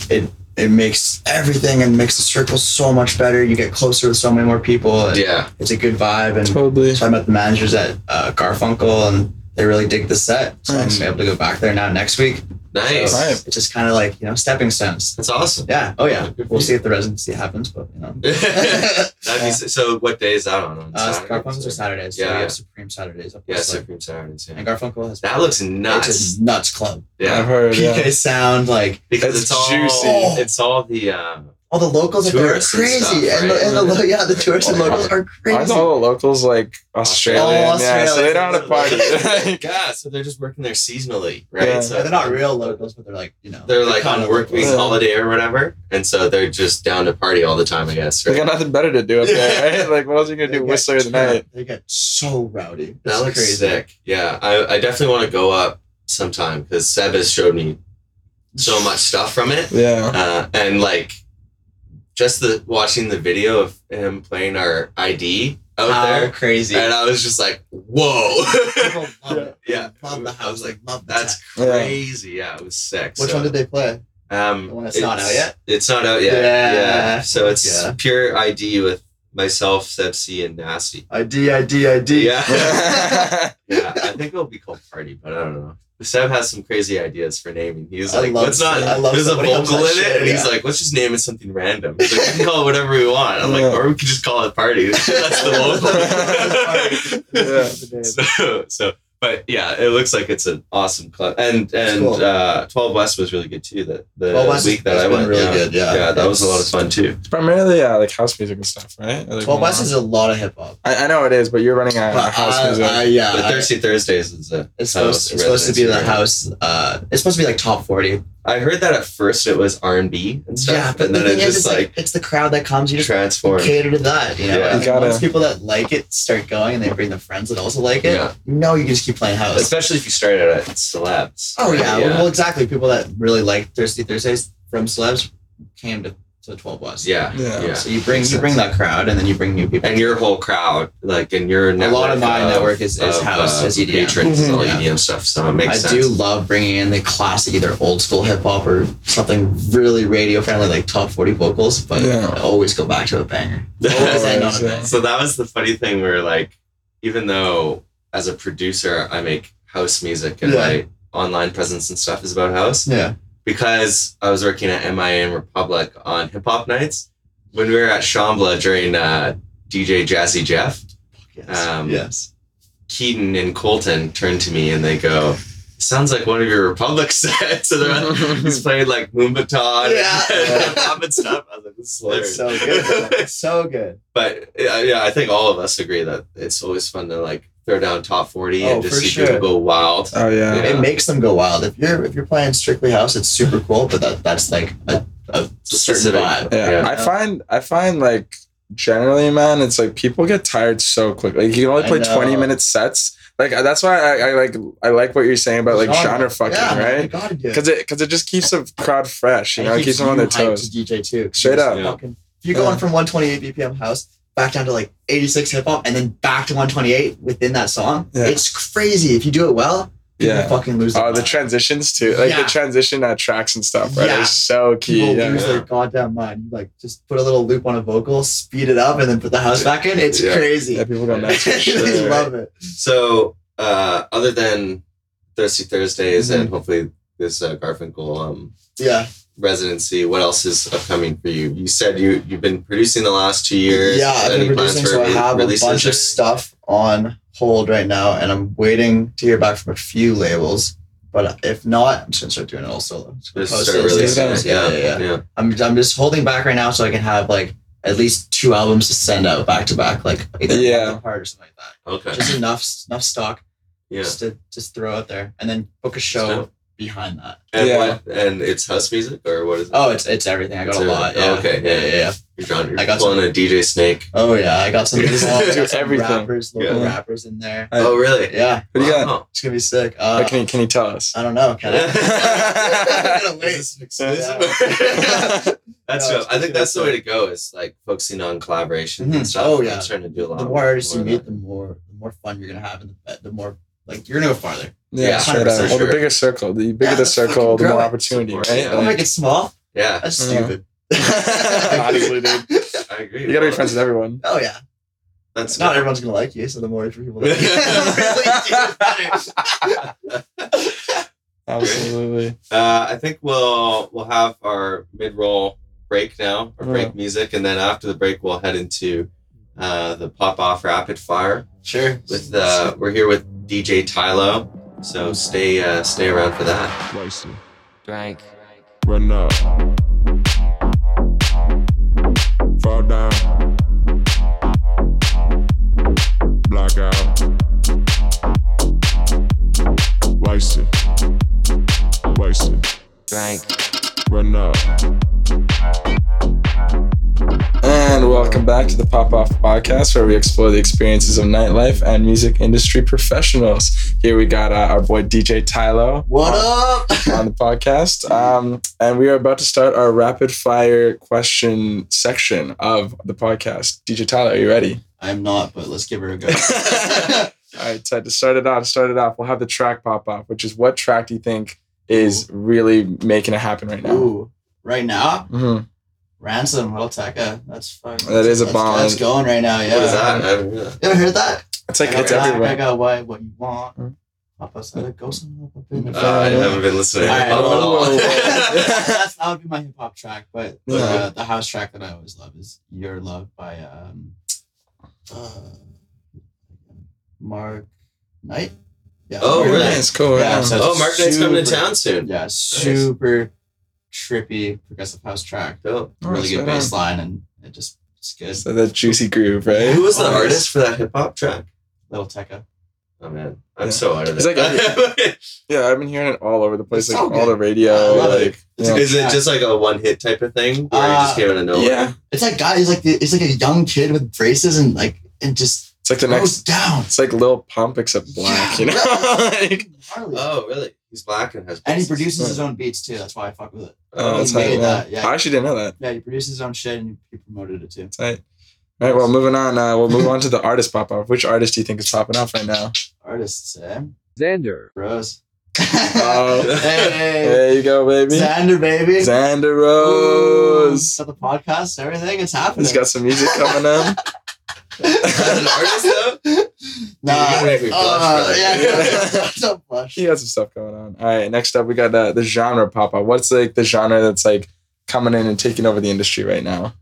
S4: it makes everything and makes the circle so much better. You get closer with so many more people. and
S2: Yeah.
S4: It's a good vibe. And
S3: Totally.
S4: so I met the managers at uh, Garfunkel, and they really dig the set. So
S3: Nice.
S4: I'm able to go back there now next week.
S2: Nice.
S4: So
S3: Nice.
S4: it's just kind of like, you know, stepping stones.
S2: That's awesome.
S4: Yeah. Oh, yeah.
S2: Good for
S4: We'll
S2: you.
S4: see if the residency happens, but, you know.
S2: That'd be,
S4: Yeah.
S2: so, so what day is that on? on
S4: Uh,
S2: Saturday?
S4: Garfunkel's are Saturdays. Yeah, so
S2: Yeah.
S4: we have Supreme Saturdays. Up
S2: Yeah,
S4: this way.
S2: Supreme Saturdays. Yeah.
S4: and Garfunkel has
S2: That looks
S4: It's
S2: nuts.
S4: a nuts club.
S3: I've
S2: Yeah.
S3: heard. Yeah.
S4: PK sound, like
S2: Because
S3: That's
S2: it's all
S3: juicy.
S2: it's all the um,
S4: all the locals are there are
S2: Tourists and
S4: crazy, and,
S2: stuff,
S4: the,
S2: right? Oh,
S4: and the lo- yeah, the tourists and locals are
S3: Aren't
S4: crazy.
S3: all the locals like Australian?
S4: All
S3: Yeah, so they
S4: Australian.
S3: don't have to party.
S2: yeah, so they're just working there seasonally, right?
S3: Yeah.
S4: Yeah,
S2: So
S4: they're not real locals, but they're like you know
S2: they're like
S4: kinda
S2: on work week
S4: locals.
S3: Yeah.
S2: holiday or whatever, and so they're just down to party all the time, I guess.
S3: They
S2: Right?
S3: got nothing better to do up there,
S2: Yeah.
S3: right? Like, what else are you gonna
S4: They
S3: do?
S4: get
S3: Whistler
S4: turned-
S3: tonight?
S4: They get so rowdy.
S2: That
S4: It's
S2: looks
S4: crazy.
S2: sick. Yeah, I, I definitely want to go up sometime because Seb has showed me so much stuff from it,
S3: Yeah.
S2: uh, and like just the watching the video of him playing our ID out
S4: How
S2: there,
S4: crazy.
S2: and I was just like, whoa.
S4: People love it.
S2: Yeah.
S4: They love the
S2: I was
S4: house.
S2: like,
S4: Like, love the
S2: That's
S4: town.
S3: Yeah.
S2: crazy. Yeah, it was sick.
S4: Which
S2: So-
S4: one did they play?
S2: Um,
S4: The one that's not out yet?
S2: It's not out yet.
S4: Yeah.
S2: Yeah. So it's
S4: Yeah.
S2: pure ID with myself, Sepsi, and Nasty.
S4: ID, ID, ID.
S2: Yeah. yeah, I think it'll be called Party, but I don't know. Seb has some crazy ideas for naming. He's
S4: I
S2: like,
S4: love
S2: let's not.
S4: Seb. I love
S2: there's a
S4: Seb when it comes
S2: vocal
S4: to
S2: in
S4: that
S2: it,
S4: shit,
S2: and he's
S4: yeah.
S2: like, let's just name it something random. He's like, we can call it whatever we want. I'm like,
S3: Yeah.
S2: or we could just call it Party. That's the vocal.
S3: Yeah.
S2: so, so but yeah, it looks like it's an awesome club. And and
S4: cool.
S2: uh, Twelve West was really good too. That the
S4: 12 West
S2: week that
S4: has
S2: I
S4: been
S2: went,
S4: really
S2: yeah.
S4: good, yeah.
S2: yeah, that was a lot of fun too.
S3: It's primarily uh, like house music and stuff, right? Like,
S4: 12 West is a lot of hip hop.
S3: I, I know it is, but you're running a, a house
S4: I-
S3: music.
S4: I- yeah,
S2: But
S4: I-
S2: Thirsty Thursdays is a
S4: it's supposed, it's supposed to be the
S2: residency, right?
S4: house. Uh, it's supposed to be like top 40.
S2: I heard that at first it was R and B and stuff,
S4: yeah, but
S2: and
S4: the
S2: then
S4: thing
S2: it
S4: is,
S2: just
S4: it's like,
S2: like,
S4: it's the crowd that comes. You just
S2: transformed.
S4: cater to that. You know,
S2: Yeah.
S4: And
S3: You gotta-
S4: once people that like it start going and they bring their friends that also like it,
S2: Yeah.
S4: you know, you can just keep playing house.
S2: Especially if you started at celebs.
S4: Oh
S2: right?
S4: yeah, well exactly. People that really like Thirsty Thursdays from celebs came to, to Twelve West.
S2: yeah,
S3: Yeah.
S2: yeah,
S4: So you bring
S2: Makes
S4: you bring
S2: sense.
S4: that crowd, and then you bring new people.
S2: And your whole crowd, like, and your
S4: a
S2: network
S4: lot of my
S2: of,
S4: network is, is
S2: of,
S4: house,
S2: uh,
S4: is EDM.
S2: patrons, is all
S4: Mhm.
S2: EDM stuff. So it makes
S4: I
S2: sense.
S4: do love bringing in the classic, either old school hip hop or something really radio friendly, like top forty vocals. But
S3: Yeah.
S4: I always go back to a banger. Always end on a
S3: yeah.
S4: banger.
S2: so that was the funny thing where like even though as a producer i make house music and
S4: Yeah.
S2: my online presence and stuff is about house
S4: Yeah,
S2: because i was working at min republic on hip hop nights when we were at shambla during uh, dj jazzy jeff
S4: yes,
S2: Um,
S4: yes.
S2: keaton and colton turned to me and they go Sounds like one of your Republic sets. And they're- he's playing like Moombaton
S4: Yeah.
S2: and, and hip hop and stuff. I was like, this is hilarious.
S4: It's so good. though. It's so good.
S2: but yeah, yeah, I think all of us agree that it's always fun to like throw down top forty
S4: Oh,
S2: and just
S4: for
S2: see
S4: sure.
S2: people go wild.
S3: Oh yeah.
S2: Yeah.
S4: It makes them go wild. If you're if you're playing strictly house, it's super cool. But that that's like a, a certain
S2: Specific.
S4: vibe.
S3: yeah.
S2: Yeah.
S3: I find I find like generally, man, it's like people get tired so quick. Like you can only
S4: I
S3: play
S4: know.
S3: twenty minute sets. Like uh, that's why I, I like I like what you're saying about like genre, fucking
S4: yeah, You
S3: right.
S4: gotta do it.
S3: Because it because it just keeps the crowd fresh, you know,
S4: And
S3: it keeps them on their
S4: you hyped
S3: toes.
S4: to DJ too.
S3: Straight up.
S2: Yeah.
S4: Fucking- if you're going from 128 BPM house back down to like 86 hip hop and then back to 128 within that song,
S3: Yeah.
S4: it's crazy. If you do it well, you
S3: Yeah.
S4: fucking lose.
S3: Oh,
S4: their
S3: the
S4: mind.
S3: transitions too, like the
S4: Yeah.
S3: transition uh, tracks and stuff, right?
S4: Yeah.
S3: Are so key.
S4: People
S3: Yeah.
S4: lose their goddamn mind. You like just put a little loop on a vocal, speed it up, and then put the house back in. It's
S2: Yeah.
S4: crazy.
S3: yeah, people go nuts. for
S4: they
S3: sure.
S4: love it.
S2: So uh, other than Thirsty Thursdays and
S4: Mm-hmm.
S2: hopefully this uh, Garfinkel um,
S4: Yeah.
S2: residency, what else is upcoming for you? You said you you've been producing the last two years.
S4: Yeah, I've
S2: Any
S4: been
S2: plans
S4: producing,
S2: for
S4: so I
S2: re-
S4: have a
S2: releases
S4: bunch
S2: or-
S4: of stuff on hold right now, and I'm waiting to hear back from a few labels. But if not, I'm just gonna start doing it all solo. Just gonna
S2: Just
S4: post
S2: start
S4: it,
S2: releasing.
S4: yeah,
S2: it.
S4: yeah, yeah. I'm, I'm just holding back right now so I can have like at least two albums to send out back to back, like either
S3: Yeah.
S4: month apart or something like that.
S2: Okay.
S4: Just enough enough stock
S2: Yeah.
S4: just to just throw out there and then book a
S2: Spend.
S4: show behind that.
S2: And
S3: Yeah.
S2: what? And it's house music or what is it?
S4: Oh, it's it's everything. I got
S2: It's
S4: a lot.
S2: everything. Okay,
S4: Yeah. Yeah,
S2: yeah.
S4: yeah, yeah.
S2: You're John. You're
S4: I got
S2: pulling a DJ Snake.
S4: Oh yeah, I got some,
S2: Do
S4: I got some
S3: everything.
S4: rappers, local
S3: Yeah.
S4: rappers in there.
S3: I-
S2: oh really?
S4: Yeah,
S3: What do you got?
S2: Wow.
S4: it's gonna be sick. Uh,
S3: Like, can you can you tell us?
S4: I don't know. Can I? I gotta wait.
S2: Is this an exclusive?
S4: Yeah.
S2: That's
S4: No,
S2: dope.
S4: it's
S2: I think
S4: good
S2: that's the way
S4: to-
S2: to go. Is like focusing on collaboration
S4: Mhm.
S2: and stuff.
S4: Oh, yeah.
S2: I'm starting to do a lot.
S4: the more artists you
S2: of
S4: meet,
S2: that.
S4: the more the more fun you're gonna have, and the, the more like you're gonna go farther.
S3: Yeah,
S2: Yeah,
S3: straight up.
S2: 100%
S3: Well, the
S2: sure.
S3: bigger circle, the bigger
S4: Yeah,
S3: the circle, the
S4: fucking grow
S3: more
S4: it.
S3: opportunity, right?
S2: Yeah.
S4: Don't
S3: Like,
S4: make it small.
S2: Yeah,
S4: That's
S3: Yeah.
S4: stupid.
S3: Honestly, dude.
S2: I agree.
S3: you gotta be
S2: Well,
S3: friends with everyone.
S4: Oh yeah.
S2: That's
S4: Not
S2: not.
S4: everyone's gonna like you, so the more people that like you, the
S3: Absolutely.
S2: Uh, I think we'll we'll have our mid roll break now, or break
S3: Yeah.
S4: Mm.
S2: music, and then after the break we'll head into uh, the pop off rapid fire.
S4: Sure.
S2: With uh, we're here with DJ Tylo, so stay uh, stay around for that.
S5: Wasted.
S6: Blank.
S5: Run up. Fall down. Block out. Wasted. Wasted.
S6: Blank.
S5: Run up.
S3: And welcome back to the Pop Off Podcast, where we explore the experiences of nightlife and music industry professionals. Here we got uh, our boy DJ Tylo
S4: What up?
S3: on the podcast. Um, and we are about to start our rapid fire question section of the podcast. DJ Tylo, are you ready?
S4: I'm not, but let's give her a go.
S3: All right, Ted, to start it off, start it off, we'll have the track pop off, which is what track do you think is really making it happen right now?
S4: Ooh. Right now,
S3: Mhm.
S4: Ransom, Little Tekka. That's fucking.
S3: That is a
S4: that's,
S3: bomb.
S4: That's going right now. Yeah.
S2: What is that? I haven't heard that.
S4: You ever heard that?
S3: It's like
S4: I got
S3: it's
S4: black, I
S3: everywhere.
S4: got white. What you want?
S3: Mm.
S4: Papa said it goes on up in the
S2: Uh, I
S4: front.
S2: haven't been listening.
S4: All
S2: to
S4: right,
S2: hip hop at all.
S3: whoa, whoa,
S4: That's, that would be my hip hop track, but the,
S3: Yeah.
S4: the house track that I always love is "Your Love" by um, uh, Mark Knight. Yeah.
S2: Oh,
S4: Mark
S2: really?
S4: Knight.
S3: Nice, cool.
S4: Yeah,
S3: Yeah.
S4: so-
S2: oh, Mark Knight's coming to
S4: Super.
S2: town soon.
S4: Yeah, super trippy progressive house track.
S2: Dope.
S3: Oh,
S4: really good
S3: right on.
S4: bass line, and it just it's good.
S3: So that juicy groove, right?
S2: Who was the
S4: Oh, yes.
S2: artist for that hip hop track?
S4: Little Tekka.
S2: Oh man, I'm
S3: Yeah.
S2: so out of
S3: It's
S2: it.
S3: like- Yeah, I've been hearing it all over the place,
S4: It's
S3: like
S4: so
S3: all
S4: good.
S3: the radio,
S4: I love
S3: like
S4: it.
S3: It's
S4: a good
S2: Is it
S4: track.
S2: just like a one hit type of thing where you
S4: Uh,
S2: just came out of nowhere?
S3: yeah.
S4: It's like guy. He's like the, he's like a young kid with braces and like and just
S3: It's like the
S4: goes
S3: next.
S4: down.
S3: It's like Lil Pump except black, you know. like,
S4: Gnarly.
S2: Oh really? He's black and has.
S4: and he
S2: braces.
S4: produces his own beats too. That's why I fuck with it.
S3: oh,
S4: He
S3: that's
S4: made
S3: tight. Yeah.
S4: that, yeah.
S3: I actually didn't know that.
S4: Yeah, he produces his own shit and he promoted it too.
S3: Tight. All right, well, moving on. Uh, we'll move on to the artist pop off. Which artist do you think is popping off right now?
S4: Artists, eh?
S6: Xander.
S4: Bros.
S3: Oh,
S4: hey,
S3: there you go, baby.
S4: Xander, baby.
S3: Xander
S4: Ooh,
S3: Rose.
S4: Got the podcast, everything. It's happening.
S3: He's got some music coming up.
S2: As an artist though.
S4: nah.
S2: You're gonna make me blush,
S4: uh,
S2: brother.
S4: yeah, don't blush.
S3: He got some stuff going on. All right, next up, we got uh, the genre pop off. What's like the genre that's like coming in and taking over the industry right now?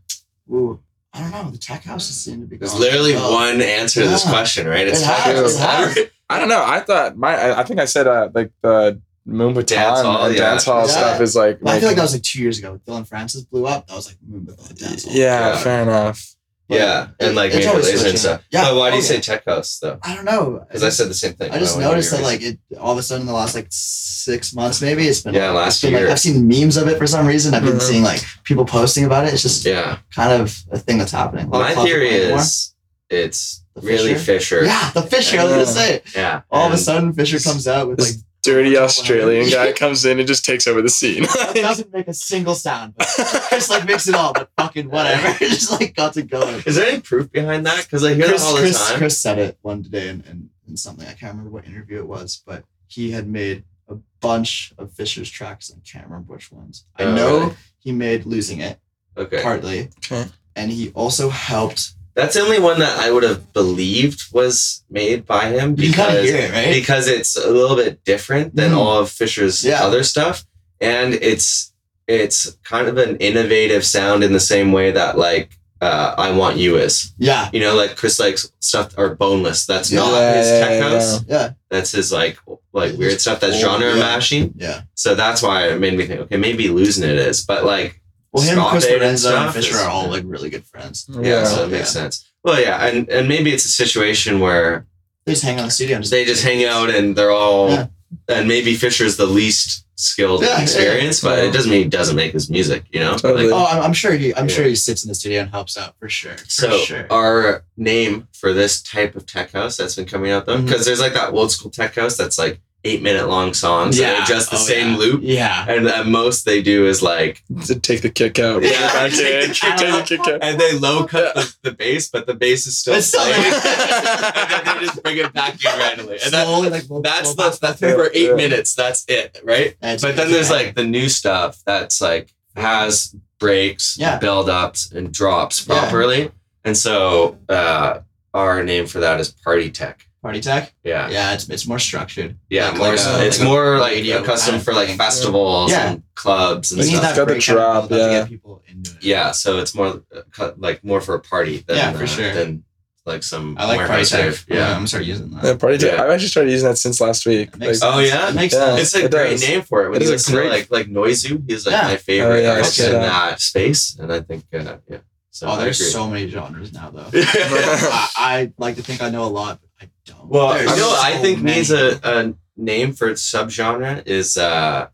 S4: Ooh, I don't know. The tech houses seem to be.
S2: There's
S4: going
S2: literally
S4: well.
S2: one answer to this
S4: Oh. Yeah.
S2: question, right? It's
S4: It
S2: tech
S3: has,
S2: house.
S3: it I don't know. I thought my I, I think I said uh, like the Moon Baton
S2: Dance hall,
S3: and
S2: yeah.
S3: dance hall
S4: Yeah.
S3: stuff is like.
S4: Well, I feel like
S3: making-
S4: that was like two years ago. Dylan Francis blew up. That was like mm, but the dance hall.
S3: yeah,
S2: Yeah.
S3: fair enough.
S2: Yeah,
S4: It-
S2: and like
S4: it's
S2: major
S4: always
S2: laser
S4: switching.
S2: and stuff.
S4: Yeah.
S2: But why do
S4: Oh,
S2: you say
S4: yeah.
S2: tech house though?
S4: I don't know.
S2: Because I said the same thing.
S4: I just
S2: when
S4: noticed that
S2: raised.
S4: like it all of a sudden the last like six months maybe it's been
S2: Yeah,
S4: like,
S2: last
S4: it's been,
S2: year.
S4: like, I've seen memes of it for some reason. I've been
S3: Mhm.
S4: seeing like people posting about it. It's just
S2: Yeah.
S4: kind of a thing that's happening. Like,
S2: My
S4: clubs are
S2: theory
S4: playing more.
S2: is it's
S4: The
S2: really Fisher.
S4: yeah, the Fisher. I was gonna say it.
S2: Yeah.
S4: all of a
S2: And-
S4: sudden Fisher comes out with like
S3: This dirty
S4: Wow.
S3: Australian guy comes in and just takes over the scene.
S4: that doesn't make a single sound, but Chris like makes it all, but fucking whatever. just like got to go.
S2: Is there any proof behind that? Because I hear
S4: Chris,
S2: that all the
S4: Chris,
S2: time.
S4: Chris said it one day in, in, in something. I can't remember what interview it was, but he had made a bunch of Fisher's tracks. I can't remember which ones. I
S2: Oh,
S4: know
S2: really?
S4: he made Losing It,
S2: Okay.
S4: partly.
S3: Okay.
S4: And he also helped.
S2: That's the only one that I would have believed was made by him
S4: You kind of
S2: because
S4: hear it, right?
S2: because it's a little bit different than
S4: Mhm.
S2: all of Fisher's
S4: Yeah.
S2: other stuff, and it's it's kind of an innovative sound in the same way that like uh, I Want You is.
S4: yeah.
S2: You know, like Chris likes stuff or Boneless. That's
S4: Yeah,
S2: not his
S3: yeah,
S2: tech
S3: yeah,
S2: house.
S4: Yeah.
S2: That's his like like weird stuff. That's
S4: Oh,
S2: genre
S4: yeah.
S2: mashing.
S4: Yeah.
S2: So that's why it made me think. Okay, maybe losing it is, but like
S4: Well, him,
S2: Stop
S4: Chris
S2: It and
S4: Lorenzo, and
S2: stuff
S4: Fisher
S2: is-
S4: are all like really good friends.
S3: yeah.
S2: yeah, so it makes sense. Well, yeah, and and maybe it's a situation where
S4: They just hang out in the studio. And
S2: they just hang out and they're all
S4: Yeah.
S2: and maybe Fisher's the least skilled
S4: Yeah, yeah, yeah.
S2: experience, but it doesn't mean he doesn't make his music, you know?
S3: Totally.
S2: Like,
S4: Oh, I'm, I'm sure he. I'm
S2: Yeah.
S4: sure he sits in the studio and helps out for sure. For
S2: so
S4: sure.
S2: our name for this type of tech house that's been coming out though, because there's like that old school tech house that's like eight minute long songs yeah. that are just the
S4: Oh,
S2: same
S4: yeah.
S2: loop.
S4: Yeah.
S2: And at most they do is like
S3: To take the kick out. bring it
S2: Yeah,
S3: back
S2: take
S3: in, take
S2: the kick
S3: the
S4: out.
S3: kick out.
S2: and they low cut the, the bass, but the bass is still
S4: It's still
S2: playing.
S4: there.
S2: and then they just bring it back in randomly. And that,
S4: Slowly, like, we'll-
S2: that's
S4: we'll-
S2: the that's for eight
S3: Yeah.
S2: minutes. That's it, right?
S4: That's-
S2: But then there's like the new stuff that's like has breaks,
S4: Yeah.
S2: build ups, and drops
S4: Yeah.
S2: properly. And so uh, our name for that is Party Tech.
S4: party tech.
S2: Yeah. Yeah.
S4: Yeah, it's it's more structured. Like-
S2: more
S4: like
S2: so-
S4: a-
S2: it's
S4: like a
S2: more like
S4: radio
S2: a custom
S4: kind of
S2: for like
S4: thing.
S2: festivals
S4: Yeah.
S2: and clubs
S4: You
S2: and
S4: need
S2: stuff.
S4: that
S3: It's got the
S4: break kind of
S3: drop,
S4: build up
S3: yeah.
S4: to get people into it.
S2: Yeah, so it's more uh, cu- like more for a party than
S4: Yeah, for
S2: uh,
S4: sure.
S2: than like some
S4: I like party
S2: warehouse
S4: tech.
S2: rave. Yeah.
S4: I'm gonna start using that.
S3: Yeah, party tech.
S2: Yeah.
S3: I've actually started using that since last week.
S4: It makes
S3: Like,
S2: Oh,
S4: sense.
S2: yeah?
S4: it makes
S3: Yeah.
S4: sense.
S2: It's a
S3: It
S2: great
S3: does.
S2: name for it. When
S3: It
S2: you
S3: is a
S2: listen to
S3: great- Oh,
S2: like like Noizu, he's like
S4: Yeah.
S2: my favorite
S3: yeah,
S2: artist
S4: okay.
S2: in that space, and I think uh, yeah. So
S4: Oh,
S2: I
S4: there's
S2: agree.
S4: so many genres now though.
S2: well,
S4: I, I like to think I know a lot, but I don't.
S2: you
S4: There's
S2: know, what I
S4: so
S2: think
S4: many.
S2: needs a, a name for its subgenre is uh,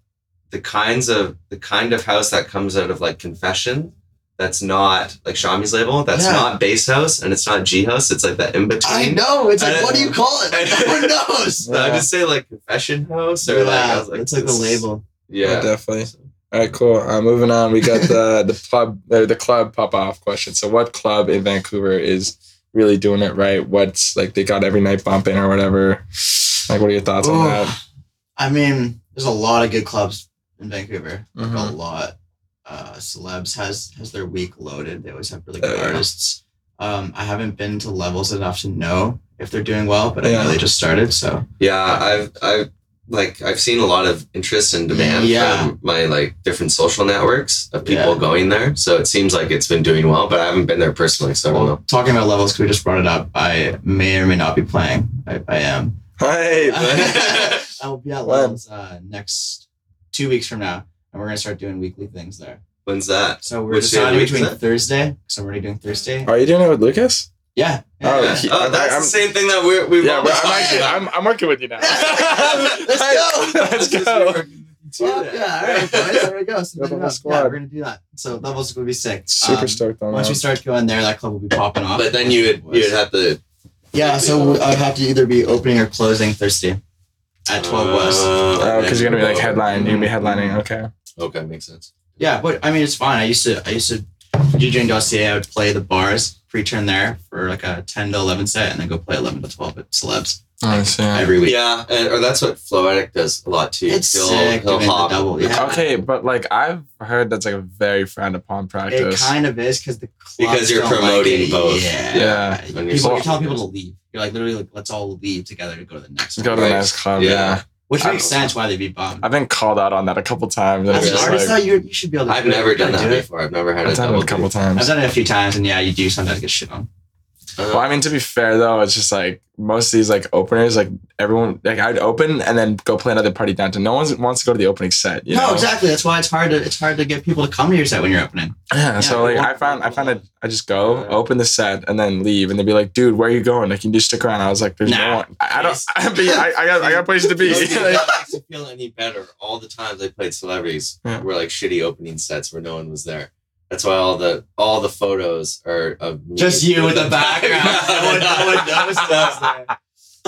S2: the kinds of the kind of house that comes out of like confession. That's not like Shami's label. That's
S4: Yeah.
S2: not bass house, and it's not G house. It's like that in between.
S4: I know. It's like
S2: I-
S4: what do you call it?
S2: I-
S4: Who knows?
S2: So I just say like confession house or like, I was like
S4: it's like the
S2: this-
S4: label.
S3: Yeah,
S2: Yeah.
S3: definitely. All right, cool. Uh, moving on, we got the the club uh, the club pop off question. So, what club in Vancouver is really doing it right? What's like they got every night bumping or whatever? Like, what are your thoughts
S4: Ooh.
S3: on that?
S4: I mean, there's a lot of good clubs in Vancouver. Like
S3: Mhm.
S4: a lot. uh, celebs has has their week loaded. They always have really good
S3: Oh, yeah.
S4: artists. Um, I haven't been to levels enough to know if they're doing well, but I
S3: Yeah.
S4: know they just started. So
S2: Yeah, I've I've like I've seen a lot of interest and demand
S4: Yeah.
S2: from my like different social networks of people
S4: Yeah.
S2: going there. So it seems like it's been doing well, but I haven't been there personally, so I don't
S4: well,
S2: know.
S4: talking about levels, 'cause we just brought it up. I may or may not be playing. I, I am.
S3: Hey,
S2: but-
S4: I will be at
S3: When?
S4: Oh, levels uh, next two weeks from now, and we're gonna start doing weekly things there.
S2: When's that?
S4: So we're
S2: Which day of the
S4: deciding
S2: week is
S4: between
S2: that?
S4: Thursday. So we're already doing Thursday.
S3: are you doing it with Lucas?
S4: Yeah.
S3: Oh,
S2: Yeah.
S4: yeah.
S3: he-
S2: oh, that's
S3: I'm-
S2: the same thing that we're, we've
S3: Yeah,
S2: all
S3: but
S2: been
S3: I'm
S2: talking
S3: actually
S2: about.
S3: I'm, I'm working with you now.
S4: Let's go.
S3: Let's go.
S4: Well, yeah, all right, boys, there we go. So
S3: Build up
S4: there we
S3: a
S4: go.
S3: squad.
S4: Yeah, we're gonna do that. So levels will be sick.
S3: Super
S4: Um,
S3: stoked on
S4: Once we
S3: that.
S4: start going there, that club will be popping off.
S2: But then you would you would have to
S4: yeah. So I'd have to either be opening or closing Thirsty at
S2: uh,
S4: twelve West.
S3: Oh, because you're gonna be like headline. You're gonna be headlining. Okay.
S2: Okay, makes sense.
S4: Yeah, but I mean it's fine. I used to I used to DJing.ca. I would play the bars pre-turn there for like a ten to eleven set, and then go play eleven to twelve at Celebs
S3: Nice. Yeah.
S4: every week.
S2: Yeah, and, or that's what Floetic does a lot too.
S4: It's sick. doing the double. Yeah.
S3: Okay, but like I've heard that's like a very frowned upon
S4: It
S3: practice.
S4: kind of is because the clubs
S2: Because you're
S4: don't like
S2: promoting
S4: it.
S2: both.
S4: Yeah.
S3: yeah.
S2: When you're
S4: People, you
S2: social
S4: tell people
S2: media.
S4: to leave. You're like literally like, let's all leave together to go to the next.
S3: Let's go to
S4: one.
S3: the
S2: Right.
S3: next club.
S2: Yeah.
S3: Yeah.
S4: Which
S2: I
S4: makes
S2: don't know.
S4: sense why they'd be bummed.
S3: I've been called out on that a couple times. and
S4: As
S3: it's
S4: an
S2: Yeah.
S3: just
S4: artist,
S3: like-
S4: though, you, you should be able to.
S2: I've
S4: do it.
S2: never
S4: You
S2: done
S4: gotta
S2: that
S4: do it.
S2: before. I've never had
S3: I've
S2: a
S3: done it
S2: double.
S3: a couple
S4: I've
S3: times.
S4: done it a few times, and yeah, you do sometimes get shit on.
S3: Well,
S2: Uh-huh.
S3: I mean, to be fair though, it's just like most of these like openers, like everyone, like I'd open and then go play another party down to. No one wants to go to the opening set. You
S4: no,
S3: know?
S4: exactly. That's why it's hard to it's hard to get people to come to your set when you're opening.
S3: Yeah, so
S4: we
S3: like I
S4: want-
S3: found
S4: we
S3: I found
S4: want-
S3: it. I just go
S2: Yeah.
S3: open the set and then leave, and they'd be like, "Dude, where are you going? Like, can you just stick around?" I was like, "There's
S4: Nah.
S3: no one. I, I don't.
S4: Yes.
S3: I, be, I, I got I got places to be."
S2: Nobody
S3: Like,
S2: makes you feel any better. All the times I played celebrities
S3: Yeah.
S2: were like shitty opening sets where no one was there. That's why all the all the photos are of me
S4: Just you with the background. no one, no one knows what's there.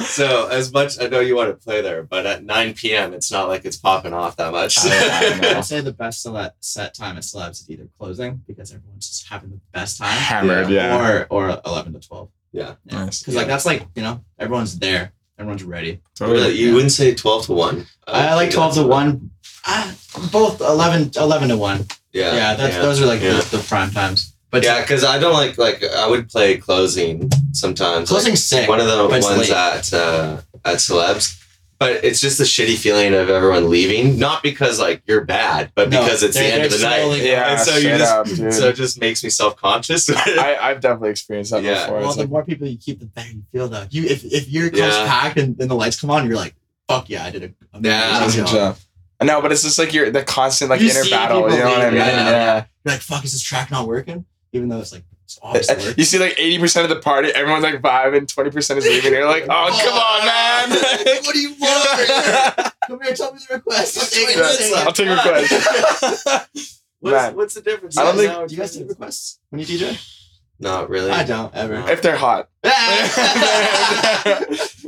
S2: so as much I know you want to play there, but at 9 p.m. it's not like it's popping off that much.
S4: I, don't know. I'd say the best set, set time at Celebs is either closing because everyone's just having the best time,
S3: Hammered, yeah.
S4: or or eleven to twelve.
S2: Yeah.
S3: Nice.
S4: Because like that's like you know everyone's there, everyone's ready.
S2: Really, you
S4: Yeah.
S2: wouldn't say 12 to 1.
S4: I like twelve to one. Ah, both 11, 11 to one. Yeah,
S2: Yeah,
S4: that's those are like
S2: yeah.
S4: the, the prime times. But
S2: yeah, because I don't like like I would play closing sometimes. like,
S4: closing sick.
S2: one of the
S4: but it's
S2: ones
S4: late.
S2: at uh, at celebs. But it's just the shitty feeling of everyone leaving, not because like you're bad, but
S4: No,
S2: because it's the
S4: they're-
S2: end of the
S4: they're
S2: night.
S4: slowly- "Ah,
S3: Yeah.
S2: And so you
S3: straight
S2: just
S3: up, dude.
S2: so it just makes me self conscious.
S3: I, I've definitely experienced that
S2: Yeah.
S3: before.
S4: Well,
S3: It's
S4: the
S3: like-
S4: more people you keep, the better you feel though. You if if you're close
S2: Yeah.
S4: packed and, and the lights come on, you're like, fuck yeah, I did a amazing
S2: Yeah.
S3: Good
S4: job.
S3: job. No, but it's just like your the constant like
S4: You
S3: inner
S4: see
S3: battle.
S4: people
S3: You know what I mean?
S4: leaving, yeah.
S3: Yeah.
S4: You're like, fuck, is this track not working? Even though it's like it's obviously working.
S3: Eh, You see like eighty percent of the party, everyone's like vibing, twenty percent is leaving. You're like, oh come on, man.
S4: what do you want? come here, tell me the request. I'll take it,
S3: Yeah,
S4: I'll take it.
S3: I'll take requests.
S2: what's,
S3: Man.
S2: what's the difference?
S3: I don't
S4: Do you
S3: think-
S4: guys- do you guys take requests when you DJ?
S2: Not really.
S4: I don't ever.
S3: if they're hot.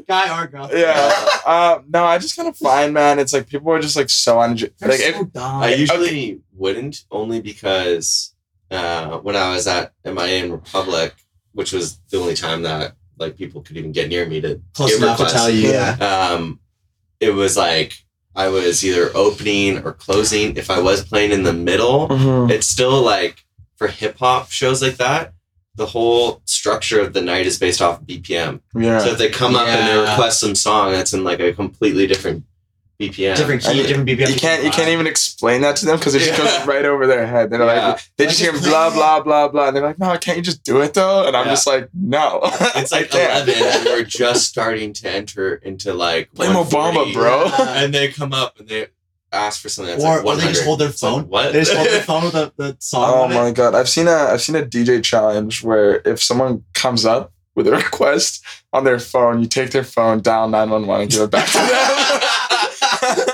S4: Guy or girl.
S3: Yeah. Uh, no, I just kind of find, man, it's like people are just like so unj-
S4: They're
S3: like
S4: so
S3: if,
S4: dumb.
S2: I usually wouldn't, only because uh, when I was at MIA in Republic, which was the only time that like people could even get near me to
S4: close
S2: give
S4: enough to
S2: requests.
S4: tell you. Yeah.
S2: um, it was like I was either opening or closing. If I was playing in the middle,
S4: Mm-hmm.
S2: it's still like for hip hop shows like that, the whole structure of the night is based off BPM.
S3: yeah.
S2: So if they come up and they
S4: Yeah.
S2: request some song that's in like a completely different BPM.
S4: Different
S3: And
S4: key, different BPM.
S3: you can't you can't even explain that to them because it just
S2: Yeah.
S3: goes right over their head. They're
S2: Yeah.
S3: like they just hear
S4: Like, just
S3: blah
S4: play it.
S3: blah blah blah, and they're like, no, can't you just do it though? And I'm
S2: Yeah.
S3: just like, no,
S2: It's
S3: I
S2: like
S3: can't.
S2: 11 and we're just starting to enter into like
S3: Blame Obama,
S2: 140.
S3: bro.
S4: Yeah.
S2: And they come up and they ask for something that's
S4: or,
S2: like
S4: or they
S2: 100.
S4: just hold their
S2: It's like,
S4: phone.
S2: what?
S4: They just hold their phone with the, the song
S3: Oh
S4: on it.
S3: my god, I've seen a I've seen a DJ challenge where if someone comes up with a request on their phone, you take their phone, dial nine one one, and give it back to them.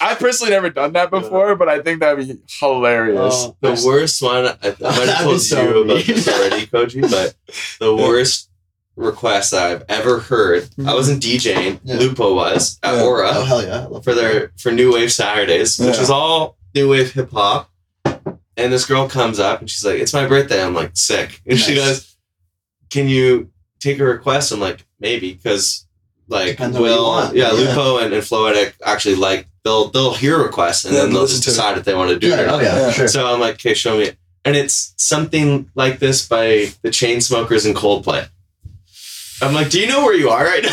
S3: I've personally never done that before, but I think that'd be hilarious.
S4: Oh,
S2: The worst one, I, I might
S4: That'd
S2: have
S4: be
S2: told
S4: so
S2: you about
S4: mean.
S2: this already, Koji, but the worst request that I've ever heard, I wasn't DJing,
S4: Mm-hmm. Yeah.
S2: Lupo was at
S3: Yeah.
S2: Aura
S4: oh hell yeah! I love
S2: for their for New Wave Saturdays, which
S3: Yeah.
S2: is all new wave hip hop. And this girl comes up and she's like, "It's my birthday." I'm like, "Sick," and she
S4: Nice.
S2: goes, "Can you take a request?" I'm like, "Maybe," because like
S4: Depends on what you
S2: Will,
S4: want.
S2: yeah,
S4: Yeah.
S2: Lupo and, and Floetic actually like they'll they'll hear requests and
S3: Yeah,
S2: then they'll
S3: listen
S2: just
S3: to it.
S2: decide if they want to do it or
S4: Yeah,
S2: not.
S4: oh yeah,
S3: Yeah.
S4: for sure.
S2: So I'm like, okay, show me. it." And it's something like this by the Chainsmokers and Coldplay. I'm like, do you know where you are right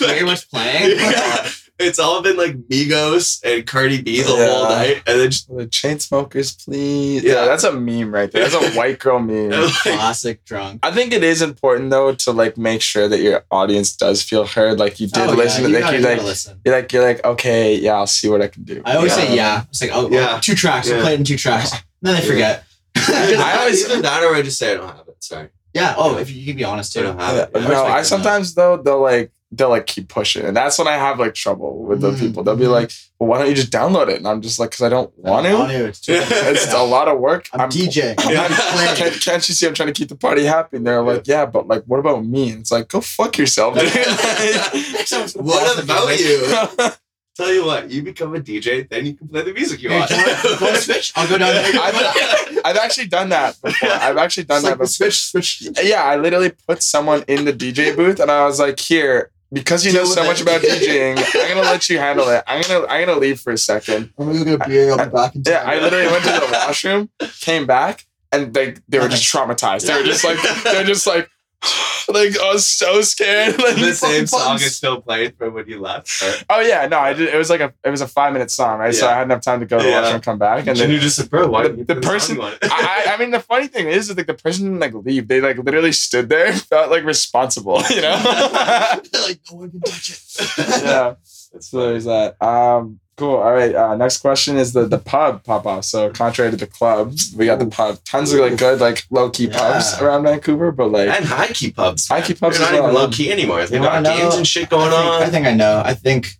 S7: Very
S2: now?
S7: much playing.
S2: yeah. It's all been like Migos and Cardi B the whole
S3: Yeah.
S2: night, and then just,
S3: The chain smokers, please.
S2: Yeah.
S3: Yeah, that's a meme right there. That's a white girl meme.
S2: I'm like,
S7: Classic drunk.
S3: I think it is important though to like make sure that your audience does feel heard. Like you did
S4: Oh, yeah,
S3: listen
S4: you
S3: to
S4: gotta-
S3: like
S4: you
S3: you
S4: gotta
S3: like
S4: listen.
S3: you're like you're like okay yeah I'll see what I can do.
S7: I always
S2: Yeah.
S7: say yeah. It's like oh, oh,
S2: Yeah.
S7: two tracks.
S2: Yeah.
S7: We played in two tracks. And then I
S2: Yeah.
S7: forget.
S2: I always
S7: yeah.
S2: either that or I just say I don't have it. Sorry,
S7: Oh, if you, you can be honest
S2: I
S7: too.
S2: don't have
S3: Yeah,
S2: it.
S3: but
S2: Yeah.
S3: no,
S7: respect
S3: I
S7: that.
S3: sometimes though they'll like they'll like keep pushing, and that's when I have like trouble with the
S4: Mm.
S3: people. They'll be like, "Well, why don't you just download it?" And I'm just like, "Cause I don't want to.
S4: Audio, it's too-
S3: It's a lot of work.
S4: I'm, DJing. I'm
S2: Yeah.
S4: not playing.
S3: Can't, can't you see I'm trying to keep the party happy? And they're like, yeah, but like, what about me? And it's like, go fuck yourself. dude." Like-
S2: What about you? Tell you what, you become a DJ, then you can play the music you
S4: Hey,
S2: want.
S4: do you wanna- do you wanna switch? I'll go down there.
S3: I've, I've actually done that before. I've actually done
S4: It's
S3: that
S4: like,
S3: before.
S4: switch, switch.
S3: yeah, I literally put someone in the DJ booth, and I was like, "Here, because you
S4: Deal
S3: know so
S4: with
S3: much
S4: it."
S3: about DJing, I'm gonna let you handle it. I'm gonna I'm gonna leave for a second.
S4: I'm gonna go get a beer. I'll be back in
S3: Yeah,
S4: time.
S3: I literally went to the washroom, came back, and they they were just traumatized. They were just like they're just like like I was so scared. Like,
S2: the
S3: fucking
S2: same song
S3: buttons.
S2: is still playing from when you left. Right?
S3: Oh yeah, no, I did. It was like a it was a five minute song, right? So
S2: Yeah.
S3: I had enough time to go to the
S2: Yeah.
S3: washroom, and come back, and
S2: And
S3: then
S2: then you're just a bro. Why
S3: the-
S2: didn't you
S3: the
S2: play song
S3: person-
S2: you wanted?"
S3: I, I I mean, the funny thing is, is like the person didn't like leave. They like literally stood there, and felt like responsible, you know.
S4: like no one can touch it.
S3: yeah. So there's that. Um, cool. All right. Uh, next question is the the pub pop off. So contrary to the clubs, we got the pub. Tons of like good like low key pubs
S4: Yeah.
S3: around Vancouver, but like
S2: and high key pubs.
S3: High key pubs
S2: They're
S3: as
S2: not even
S3: well.
S2: low key anymore. They
S4: You
S2: got
S4: wanna know-
S2: games and shit going
S4: I think,
S2: on.
S4: I think I know. I think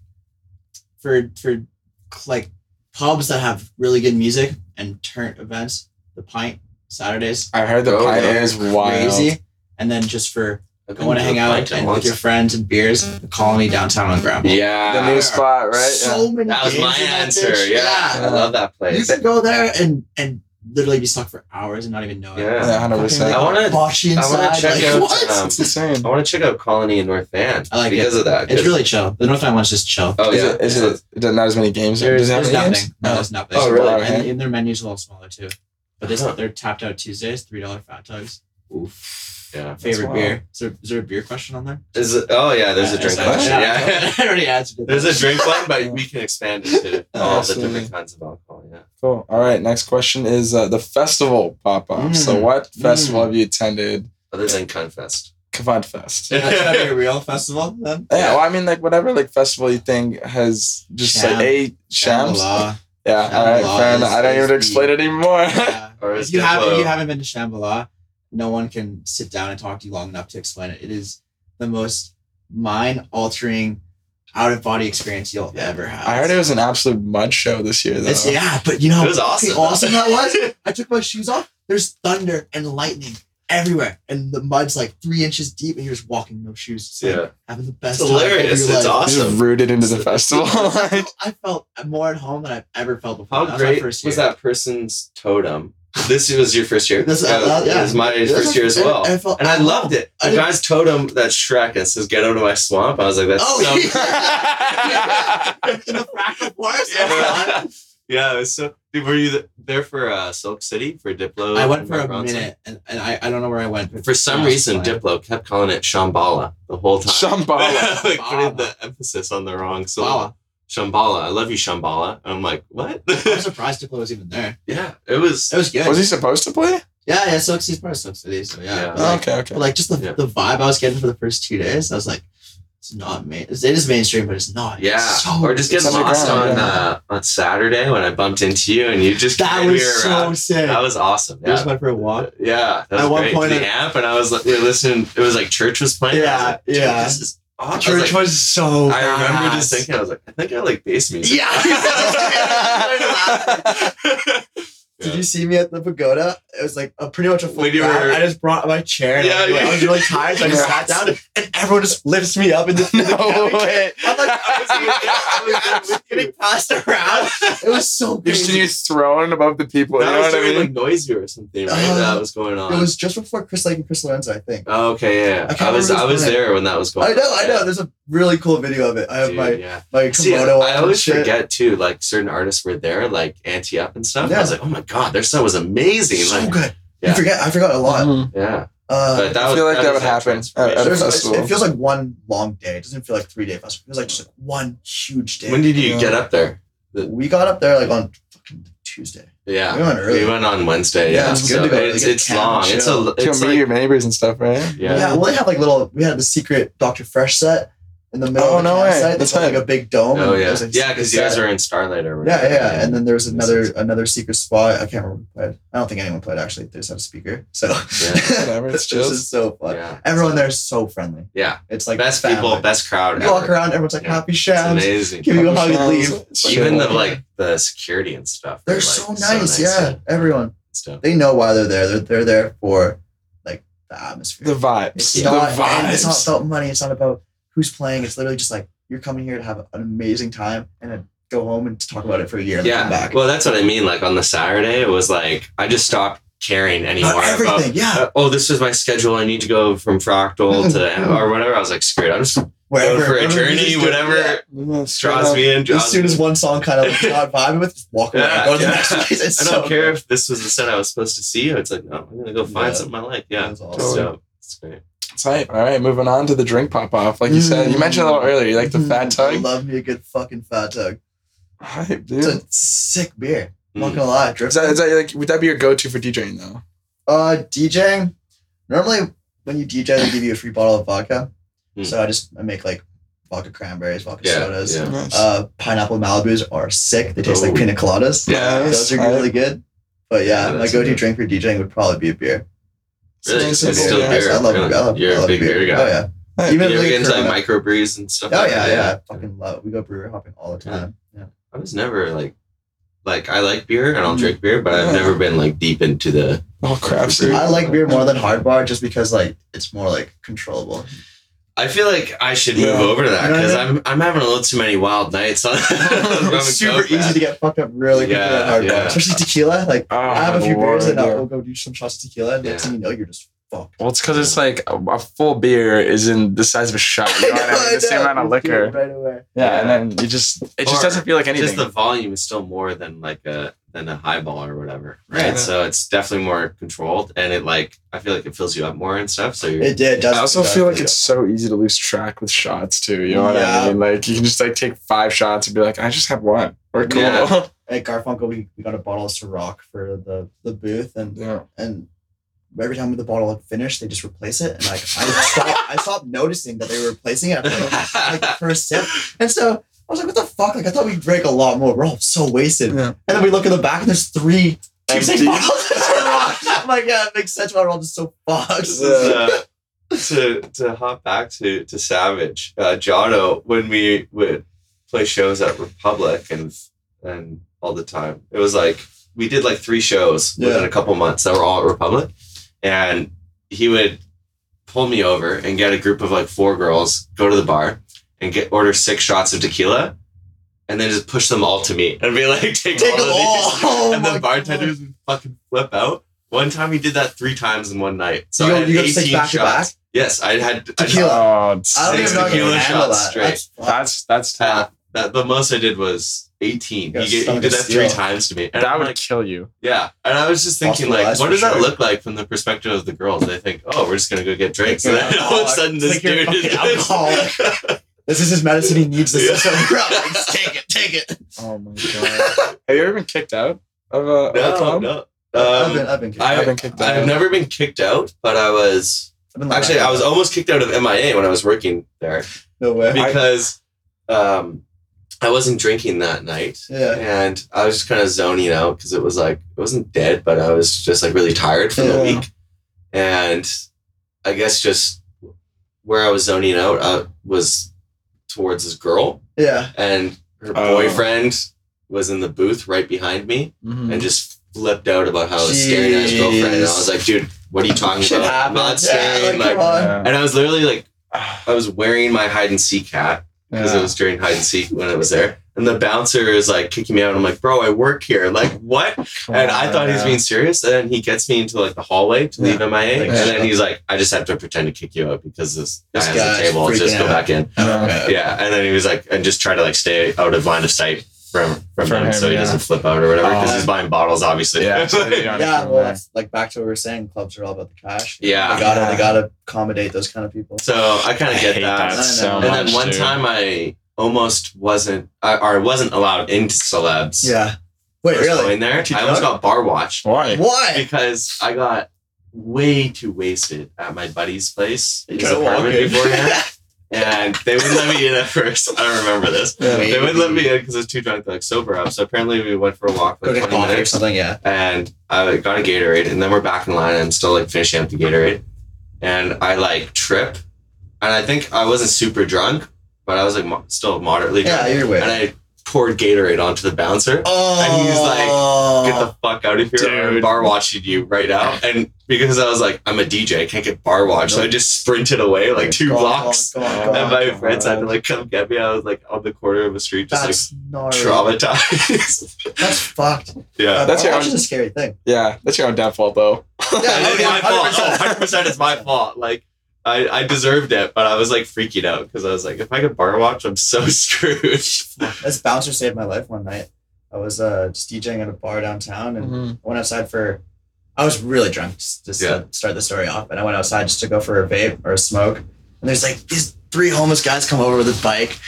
S4: for for like pubs that have really good music and turn events, the pint Saturdays
S3: I heard the
S2: Oh,
S3: pine
S2: yeah.
S3: air is wild.
S4: crazy. And then just for
S2: I
S4: going to hang out and with your friends and beers, the Colony downtown on Grandma.
S3: The
S2: Yeah,
S3: new spot, right?
S4: So many.
S2: that was
S4: games
S2: my
S4: in that
S2: answer.
S4: bitch.
S2: Yeah. I
S3: Yeah.
S2: love that
S4: you
S2: place.
S4: could go there and and literally be stuck for hours and not even know it.
S2: Yeah.
S3: yeah, hundred
S4: Fucking,
S3: percent.
S2: I
S4: like,
S2: wanna-
S4: bocce
S2: I wanna
S4: inside,
S2: check
S4: like,
S2: out,
S4: what?
S2: um,
S3: It's insane.
S2: I want to check out Colony in North Van
S4: I like
S2: because
S4: it.
S2: of that.
S4: it's
S2: 'cause-
S4: really chill. The North Island one's just chill.
S2: Oh
S3: is
S2: yeah.
S3: it, is it, is it not as many games?
S4: There's,
S3: Does it have
S4: there's
S3: many
S4: nothing.
S3: games?
S4: No, there's nothing.
S2: Oh, really?
S4: And,
S3: Okay.
S4: and their menu's a little smaller too. But they,
S2: Huh.
S4: they're tapped out Tuesdays, three dollar fat tugs.
S2: Yeah.
S4: Favorite
S3: wild.
S4: beer? Is there, is there a beer question on there?
S2: Is it, oh yeah. There's a
S4: Uh,
S2: drink
S4: it's-
S2: question. Yeah.
S4: I already answered it.
S2: There's a drink one, but we can expand it to all the
S3: Absolutely.
S2: different kinds of alcohol. Yeah.
S3: Cool. All right. Next question is uh, the festival pop off. So
S4: Mm.
S3: what festival
S4: Mm.
S3: have you attended?
S2: Other than Confest.
S3: Kavan Fest.
S4: Should that- should that be a real festival then?
S3: Yeah, well, I mean, like whatever like festival you think has just
S4: Sham.
S3: like a shams.
S4: Shambhala.
S3: Yeah, all right,
S4: Shambhala
S3: fair enough.
S4: is-
S3: I don't
S4: is
S3: even
S4: the-
S3: explain it anymore.
S4: Yeah.
S2: Or
S4: if
S2: is
S4: you have if
S2: Diplo-
S4: you haven't been to Shambhala, no one can sit down and talk to you long enough to explain it. It is the most mind altering, out of body experience you'll ever have.
S3: I heard it was an absolute mud show this year, though.
S4: It's, yeah, but you know how
S2: It was awesome.
S4: fucking Oh, awesome that was. I took my shoes off. There's thunder and lightning everywhere, and the mud's like three inches deep, and you're just walking no shoes. It's like
S2: yeah.
S4: having the
S2: It's
S4: best. time of your
S2: hilarious. It's
S4: life.
S3: It's just
S2: awesome.
S3: rooted into the
S2: It's-
S3: festival. Like,
S4: I felt more at home than I've ever felt before.
S2: How
S4: that was my
S2: great
S4: first
S2: was
S4: year.
S2: that person's totem? This was your first year.
S4: This- uh,
S2: it
S4: yeah.
S2: was my
S4: This
S2: first
S4: was-
S2: year as
S4: and-
S2: well.
S4: and I felt
S2: And I
S4: at
S2: loved
S4: home.
S2: it.
S4: I
S2: The
S4: didn't-
S2: guy's totem that Shrek and says, "Get out of my swamp." I was like, "That's
S4: Oh,
S2: so."
S4: yeah. In the fractal forest.
S2: yeah. yeah, it was so. Dude, were you th- there for uh, Silk City for Diplo?
S4: I went
S2: and
S4: for
S2: Mark
S4: a
S2: Ronson?
S4: minute, and, and I, I don't know where I went. but-
S2: For some
S4: Yeah,
S2: reason,
S4: like-
S2: Diplo kept calling it Shambhala the whole time.
S3: Shambhala.
S2: like putting the emphasis on the wrong syllable.
S4: Wow,
S2: Shambhala. I love you, Shambhala. And I'm like, what?
S4: I'm surprised Diplo was even there.
S2: yeah, it was.
S4: It was good.
S3: Was he supposed to play? Oh,
S4: yeah, yeah. So he's part of Silk City, so yeah.
S2: Yeah.
S4: But, like,
S3: okay, okay.
S4: But like just the,
S2: Yeah.
S4: the vibe I was getting for the first two days, I was like, it's not main. It is mainstream, but it's not. It's
S2: Yeah,
S4: so-
S2: or just get
S3: it's
S2: lost on
S3: underground, yeah.
S2: uh, on Saturday when I bumped into you and you just
S4: that
S2: carried me
S4: was so
S2: around.
S4: sick.
S2: that was awesome.
S4: I
S2: Yeah,
S4: just
S2: Uh,
S4: went for a walk.
S2: yeah. That was
S4: At one
S2: great.
S4: point
S2: to the
S4: I-
S2: amp and I was like, we were listening. It was like church was playing. I was
S4: Yeah,
S2: like, dude,
S4: yeah.
S2: This is
S4: The
S2: awesome. I was
S4: church
S2: like-
S4: was so.
S2: I remember just
S4: badass.
S2: thinking, I was like, I think I like bass music.
S4: Yeah. Did you see me at the pagoda? It was like a, pretty much a full
S2: When you
S4: crowd.
S2: were-
S4: I just brought my chair. And
S2: Yeah,
S4: I, was like,
S2: yeah.
S4: I was really tired, so I just sat down, and everyone just lifts me up in the. in the
S3: No
S4: couch.
S3: way.
S4: I'm like, I was, I was getting passed around. It was so
S3: You're just
S4: crazy.
S3: getting thrown above the people.
S2: That
S3: you know
S2: was
S3: what I
S2: during
S3: mean?
S2: like Noisier or something, right?
S4: Uh,
S2: that was going on.
S4: It was just before Chris Lake and Chris Lorenzo, I think.
S2: oh, okay, yeah.
S4: I can't
S2: I, was
S4: remember
S2: I
S4: his
S2: was
S4: name.
S2: there when that was going.
S4: I know,
S2: on.
S4: I know. There's a
S7: really cool video of it. I have
S2: Dude,
S7: my
S2: yeah.
S7: my Komodo.
S2: See, I
S7: and
S2: always
S7: shit.
S2: forget too. Like certain artists were there, like Ante Up and stuff. I was
S7: Yeah.
S2: like, oh my god, their stuff was amazing.
S7: So
S2: like,
S7: good.
S2: Yeah.
S7: You forget. I forgot a lot.
S3: Mm.
S2: yeah.
S7: Uh,
S2: But that
S3: I
S2: was,
S3: feel like that would
S2: was a
S3: happen at-
S2: transformation.
S3: at a
S7: There's- it's-
S3: festival.
S7: It feels like one long day. It doesn't feel like three day festival. It feels like just like one huge day.
S2: When did you
S3: Yeah.
S2: get up there?
S7: we got up there like on fucking Tuesday.
S2: Yeah.
S7: We went early.
S2: We went on Wednesday.
S7: Yeah,
S2: Yeah,
S7: it's good to go. They
S2: it's,
S7: get
S2: it's
S7: cam
S2: long. It's
S7: show.
S2: a.
S3: to
S2: It's
S3: meet
S2: like,
S3: your neighbors and stuff, right?
S7: Yeah.
S2: yeah.
S7: well, they had like little. We had the secret Dr. Fresh set in the middle
S3: Oh,
S7: of the
S3: no way.
S7: campsite. They
S3: That's
S7: built, like
S3: right.
S7: a big dome.
S2: Oh
S7: and it
S2: yeah,
S7: was, like,
S2: yeah,
S7: secret
S2: because you guys
S7: set.
S2: were in Starlight or
S7: Yeah,
S2: whatever.
S7: yeah, and then there was
S2: Makes
S7: another
S2: sense.
S7: another secret spot. I can't remember who played. I don't think anyone played actually. They just had a speaker, so
S3: Whatever, it's
S7: this
S3: chills.
S7: is so fun.
S2: yeah.
S7: Everyone there is so friendly.
S2: Yeah.
S7: It's like
S2: best
S7: family.
S2: people, best crowd.
S7: You walk
S2: ever.
S7: around, everyone's like
S2: Yeah.
S7: happy
S2: It's
S7: shouts,
S2: amazing.
S7: give you a hug, and
S3: Shows,
S7: leave.
S3: shit
S2: Even the
S3: that.
S2: like the security and stuff.
S7: They're
S2: were,
S7: so,
S2: like,
S7: nice, yeah. Everyone.
S2: Stuff.
S7: They know why they're there. They're, they're there for like the atmosphere.
S3: the vibes.
S7: it's
S3: the
S7: not and
S3: vibes.
S7: it's not about money. It's not about who's playing. It's literally just like you're coming here to have an amazing time and then go home and talk about it for a year and then
S2: Yeah.
S7: come back.
S2: Well, that's what I mean. Like on the Saturday, it was like I just stopped caring anymore.
S7: About
S2: about-
S7: everything, yeah.
S2: uh, oh, this is my schedule. I need to go from Fractal to or whatever. I was like, screw it. I'm just going for a
S7: wherever
S2: journey,
S7: music's doing-
S2: whatever
S7: yeah.
S2: draws me in.
S7: As
S2: Draws
S7: soon as one song kind of like you're not vibing with, just walk away.
S2: Yeah,
S7: and go to the
S2: yeah.
S7: next place. It's
S2: I don't
S7: so
S2: care
S7: good.
S2: if this was the set I was supposed to see. It's like, no, I'm gonna go find
S7: Yeah.
S2: something I like. Yeah,
S7: That's awesome.
S3: Totally.
S2: so it's great.
S3: Type. All right, moving on to the drink pop off. Like you said, you mentioned a little earlier, you like the fat
S7: I
S3: tug.
S7: Mm. Mm-hmm. love me a good fucking fat tug.
S3: Hype,
S7: It's
S3: dude.
S7: a sick beer. I'm not
S2: Mm.
S7: gonna lie.
S3: Is
S7: Drifting.
S3: that, is that like would that be your go to for DJing though?
S7: Uh, DJing. Normally, when you DJ, they give you a free bottle of vodka.
S2: Hmm.
S7: So I just I make like vodka cranberries, vodka
S2: Yeah,
S7: sodas.
S2: yeah.
S3: Nice.
S7: Uh, pineapple Malibus are sick. They taste
S2: Oh.
S7: like pina coladas.
S2: Yeah,
S7: Those are
S3: Nice.
S7: really good. But yeah,
S2: Yeah,
S7: my
S2: that's
S7: go-to
S2: good.
S7: drink for DJing would probably be a beer.
S2: Really,
S3: Nice.
S2: it's still
S7: Yeah,
S2: beer.
S7: I love,
S2: Really.
S7: I love,
S2: You're
S7: I
S2: a
S7: love
S2: big beer guy.
S7: Oh yeah.
S3: Hey,
S7: Even
S2: You ever
S7: like
S2: get into
S7: Corona.
S2: like microbrews and stuff?
S7: Oh
S2: like
S7: yeah,
S2: that?
S7: yeah, I fucking love. We go brewery hopping all the
S2: Yeah.
S7: time. Yeah.
S2: I was never like, like I like beer and I'll
S7: Mm.
S2: drink beer, but I've
S3: Yeah.
S2: never been like deep into the.
S3: Oh crap, dude.
S7: I like beer more than hard bar just because like it's more like controllable.
S2: I feel like I should move
S3: Yeah.
S2: over to that
S7: You know what I
S2: because
S7: mean?
S2: I'm I'm having a little too many wild nights on.
S7: it's super easy to get fucked up really quickly
S2: Yeah,
S7: at hard
S2: yeah.
S7: bar, especially tequila. Like
S3: Oh,
S7: I have a
S3: my
S7: few beers
S3: lord,
S7: and I'll
S3: yeah.
S7: we'll go do some shots of tequila. and Next
S2: Yeah.
S7: thing you know, you're just fucked.
S3: Well, it's because it's like a, a full beer is in the size of a shot. You know what I mean? The same amount of
S7: Just do it
S3: liquor.
S7: right away.
S3: Yeah, and then you just it
S2: Or
S3: just doesn't feel like
S2: Just
S3: anything.
S2: the volume is still more than like a than a highball or whatever, right?
S3: Yeah.
S2: So it's definitely more controlled, and it like I feel like it fills you up more and stuff. So you're
S7: It did. it does-
S3: I also
S7: it does
S3: feel like
S7: do
S3: it's
S7: that.
S3: so easy to lose track with shots too. You know what
S7: Yeah.
S3: I mean? Like you can just like take five shots and be like, I just have one. We're cool.
S2: Yeah.
S3: Yeah.
S7: at Garfunkel. We, we got a bottle of Ciroc for the the booth, and and every time the bottle had finished, they just replace it. And like I stopped, I stopped noticing that they were replacing it after like, like the first sip, and so. I was like, what the fuck? Like, I thought we'd drink a lot more. We're all so wasted.
S3: Yeah.
S7: And then we look in the back and there's three
S3: Empty.
S7: Tuesday bottles of Ciroc. I'm like, yeah, it makes sense why we're all just so fucked.
S2: This is, uh, to to hop back to to Savage, uh, Jono, when we would play shows at Republic and and all the time, it was like we did like three shows within
S7: Yeah.
S2: a couple months that were all at Republic, and he would pull me over and get a group of like four girls, go to the bar and get order six shots of tequila. And then just push them all to me and be like, take,
S7: Take
S2: all of
S7: them all.
S2: these.
S7: Oh
S2: and
S7: my
S2: the bartenders would fucking flip out. One time he did that three times in one night. So I
S7: You go-
S2: had
S7: you go
S2: 18
S7: sit back to
S2: shots. Yes, I had I
S7: Tequila.
S3: Oh,
S7: I don't
S2: Six
S7: even know if you
S2: tequila
S7: can handle
S2: shots
S7: that.
S2: straight.
S7: That's fucked.
S3: that's that's
S2: had-
S3: tough.
S2: that the most I did was 18. He,
S7: Yeah,
S2: get- he
S7: stomach
S2: did that three
S7: steel.
S2: times to me. And
S3: That
S2: I'm
S3: would
S2: like,
S3: kill you.
S2: yeah. And I was just thinking, like,
S7: Hospitalized
S2: what
S7: for
S2: does that
S7: sure.
S2: look like from the perspective of the girls? They think, oh, we're just gonna go get drinks.
S7: Like
S2: And
S7: you're
S2: then all of a sudden,
S7: alcoholic.
S2: this
S7: It's like you're
S2: dude is
S7: a fucking alcoholic. This is his medicine. He needs this.
S2: Yeah.
S7: So we're all like, take it, take it.
S3: Oh my god. have you ever been kicked out of a, of a
S2: no,
S3: club?
S2: no. Um,
S7: I've been, I've been, Oh kicked.
S2: I-
S3: I've been kicked out.
S2: I've never been kicked out, but I was
S7: I've been
S2: actually I was almost kicked out of MIA when I was working there
S7: no way.
S2: because um, I wasn't drinking that night.
S7: yeah.
S2: and I was just kind of zoning out because it was like it wasn't dead, but I was just like really tired from the
S3: Yeah.
S2: week, and I guess just where I was zoning out uh, was towards this girl,
S7: Yeah.
S2: and her
S3: Oh.
S2: boyfriend was in the booth right behind me
S3: Mhm.
S2: and just flipped out about how I was staring at his girlfriend, and I was like, dude, what are you talking
S7: Shit
S2: about? I'm
S7: happens.
S2: not staring,
S7: Yeah,
S2: like,
S7: like, come on.
S3: Yeah.
S2: and I was literally like, I was wearing my hide and seek hat because
S3: Yeah.
S2: it was during hide and seek when I was there. And the bouncer is like kicking me out. I'm like, bro, I work here. Like, what? And I thought he was being serious. And then he gets me into like the hallway to leave MIA.
S7: Like,
S2: and then
S7: shut
S2: he's like, I just have to pretend to kick you out because this guy
S7: This
S2: has a
S7: guy's
S2: table. Just
S7: freaking
S2: go
S7: out.
S2: back in. Yeah. And then he was like, and just try to like stay out of line of sight from from,
S3: From
S2: him,
S3: him,
S2: so he
S3: yeah.
S2: doesn't flip out or whatever. Because
S7: Oh.
S2: he's buying bottles, obviously.
S3: Yeah. so they aren't
S7: Yeah,
S3: from
S7: well,
S3: there.
S7: that's like back to what we were saying. Clubs are all about the cash.
S2: Yeah.
S7: They gotta,
S3: Yeah.
S7: they gotta accommodate those kind of people.
S2: So I kind
S3: I
S2: of get
S3: hate
S2: that.
S3: that,
S7: I
S3: so
S2: And
S7: know.
S3: much.
S2: then one
S3: dude.
S2: time I almost wasn't, I, or I wasn't allowed into celebs.
S7: Yeah.
S2: Wait,
S7: Wait, really?
S2: Going there,
S7: Did you
S2: I almost
S7: not?
S2: got bar watch
S3: why?
S7: Why?
S2: because I got way too wasted at my buddy's place, his
S7: Could've walked
S2: apartment
S7: in.
S2: beforehand, and they wouldn't let me in at first. I don't remember this. They wouldn't let me in because I was too drunk to like sober up. So apparently we went for a walk
S7: Go
S2: like
S7: get
S2: 20
S7: coffee or
S2: minutes,
S7: something. Yeah.
S2: and I got a Gatorade, and then we're back in line. and I'm still like finishing up the Gatorade, and I like trip, and I think I wasn't super drunk, but I was like mo- still moderately drunk,
S7: Yeah, you're with.
S2: and I poured Gatorade onto the bouncer.
S7: oh.
S2: and he's Get the fuck out of here! I'm
S3: Dude.
S2: bar watching you right now, and because I was like, I'm a DJ, I can't get bar watched, so I just sprinted away like two
S7: Go on, go on,
S2: blocks,
S7: go on, go
S2: and
S7: on.
S2: my friends had to like come get me. I was like on the corner of a street, just
S7: That's
S2: like
S7: gnarly.
S2: traumatized.
S7: That's fucked.
S2: yeah,
S7: Uh,
S3: That's your
S7: bar watch
S3: own-
S7: is a scary thing.
S3: Yeah, that's your own downfall, though.
S7: Yeah,
S2: it is
S7: yeah,
S2: my fault.
S7: 100%.
S2: 100 percent it's my fault. Like I, I deserved it, but I was like freaking out because I was like, if I could bar watch, I'm so screwed.
S7: This bouncer saved my life one night. I was uh, just DJing at a bar downtown and I went outside for. I was really drunk just just
S2: Yeah.
S7: to start the story off, and I went outside just to go for a vape or a smoke. And there's like these three homeless guys come over with a bike,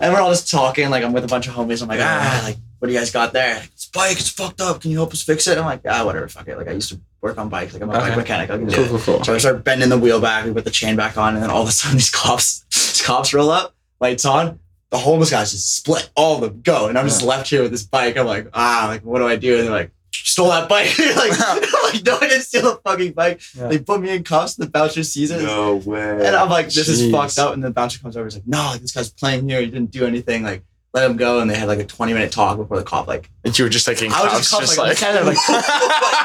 S7: and we're all just talking. Like I'm with a bunch of homies. I'm like, ah, like what do you guys got there? Like, it's a bike. It's fucked up. Can you help us fix it? I'm like, ah, whatever. Fuck it. Like I used to work on bikes. Like I'm a
S3: Okay.
S7: bike mechanic. I can do
S3: Cool,
S7: it.
S3: cool, cool.
S7: So I start bending the wheel back, we put the chain back on, and then all of a sudden these cops these cops roll up, lights on. The homeless guys just split, all of them go. And I'm just left here with this bike. I'm like, ah, like what do I do? And they're like, "You stole that bike. like, I'm like, no, I didn't steal the fucking bike.
S3: Yeah.
S7: They put me in cuffs, the bouncer sees it.
S2: way.
S7: And I'm like, this is
S3: Jeez.
S7: fucked up. And the bouncer comes over, he's like, no, like, this guy's playing here, he didn't do anything, like let him go, and they had like a 20 minute talk before the cop like
S3: And you were just like in
S7: I was just
S3: cuffs,
S7: cuffed,
S3: just
S7: like,
S3: like.
S7: on the side,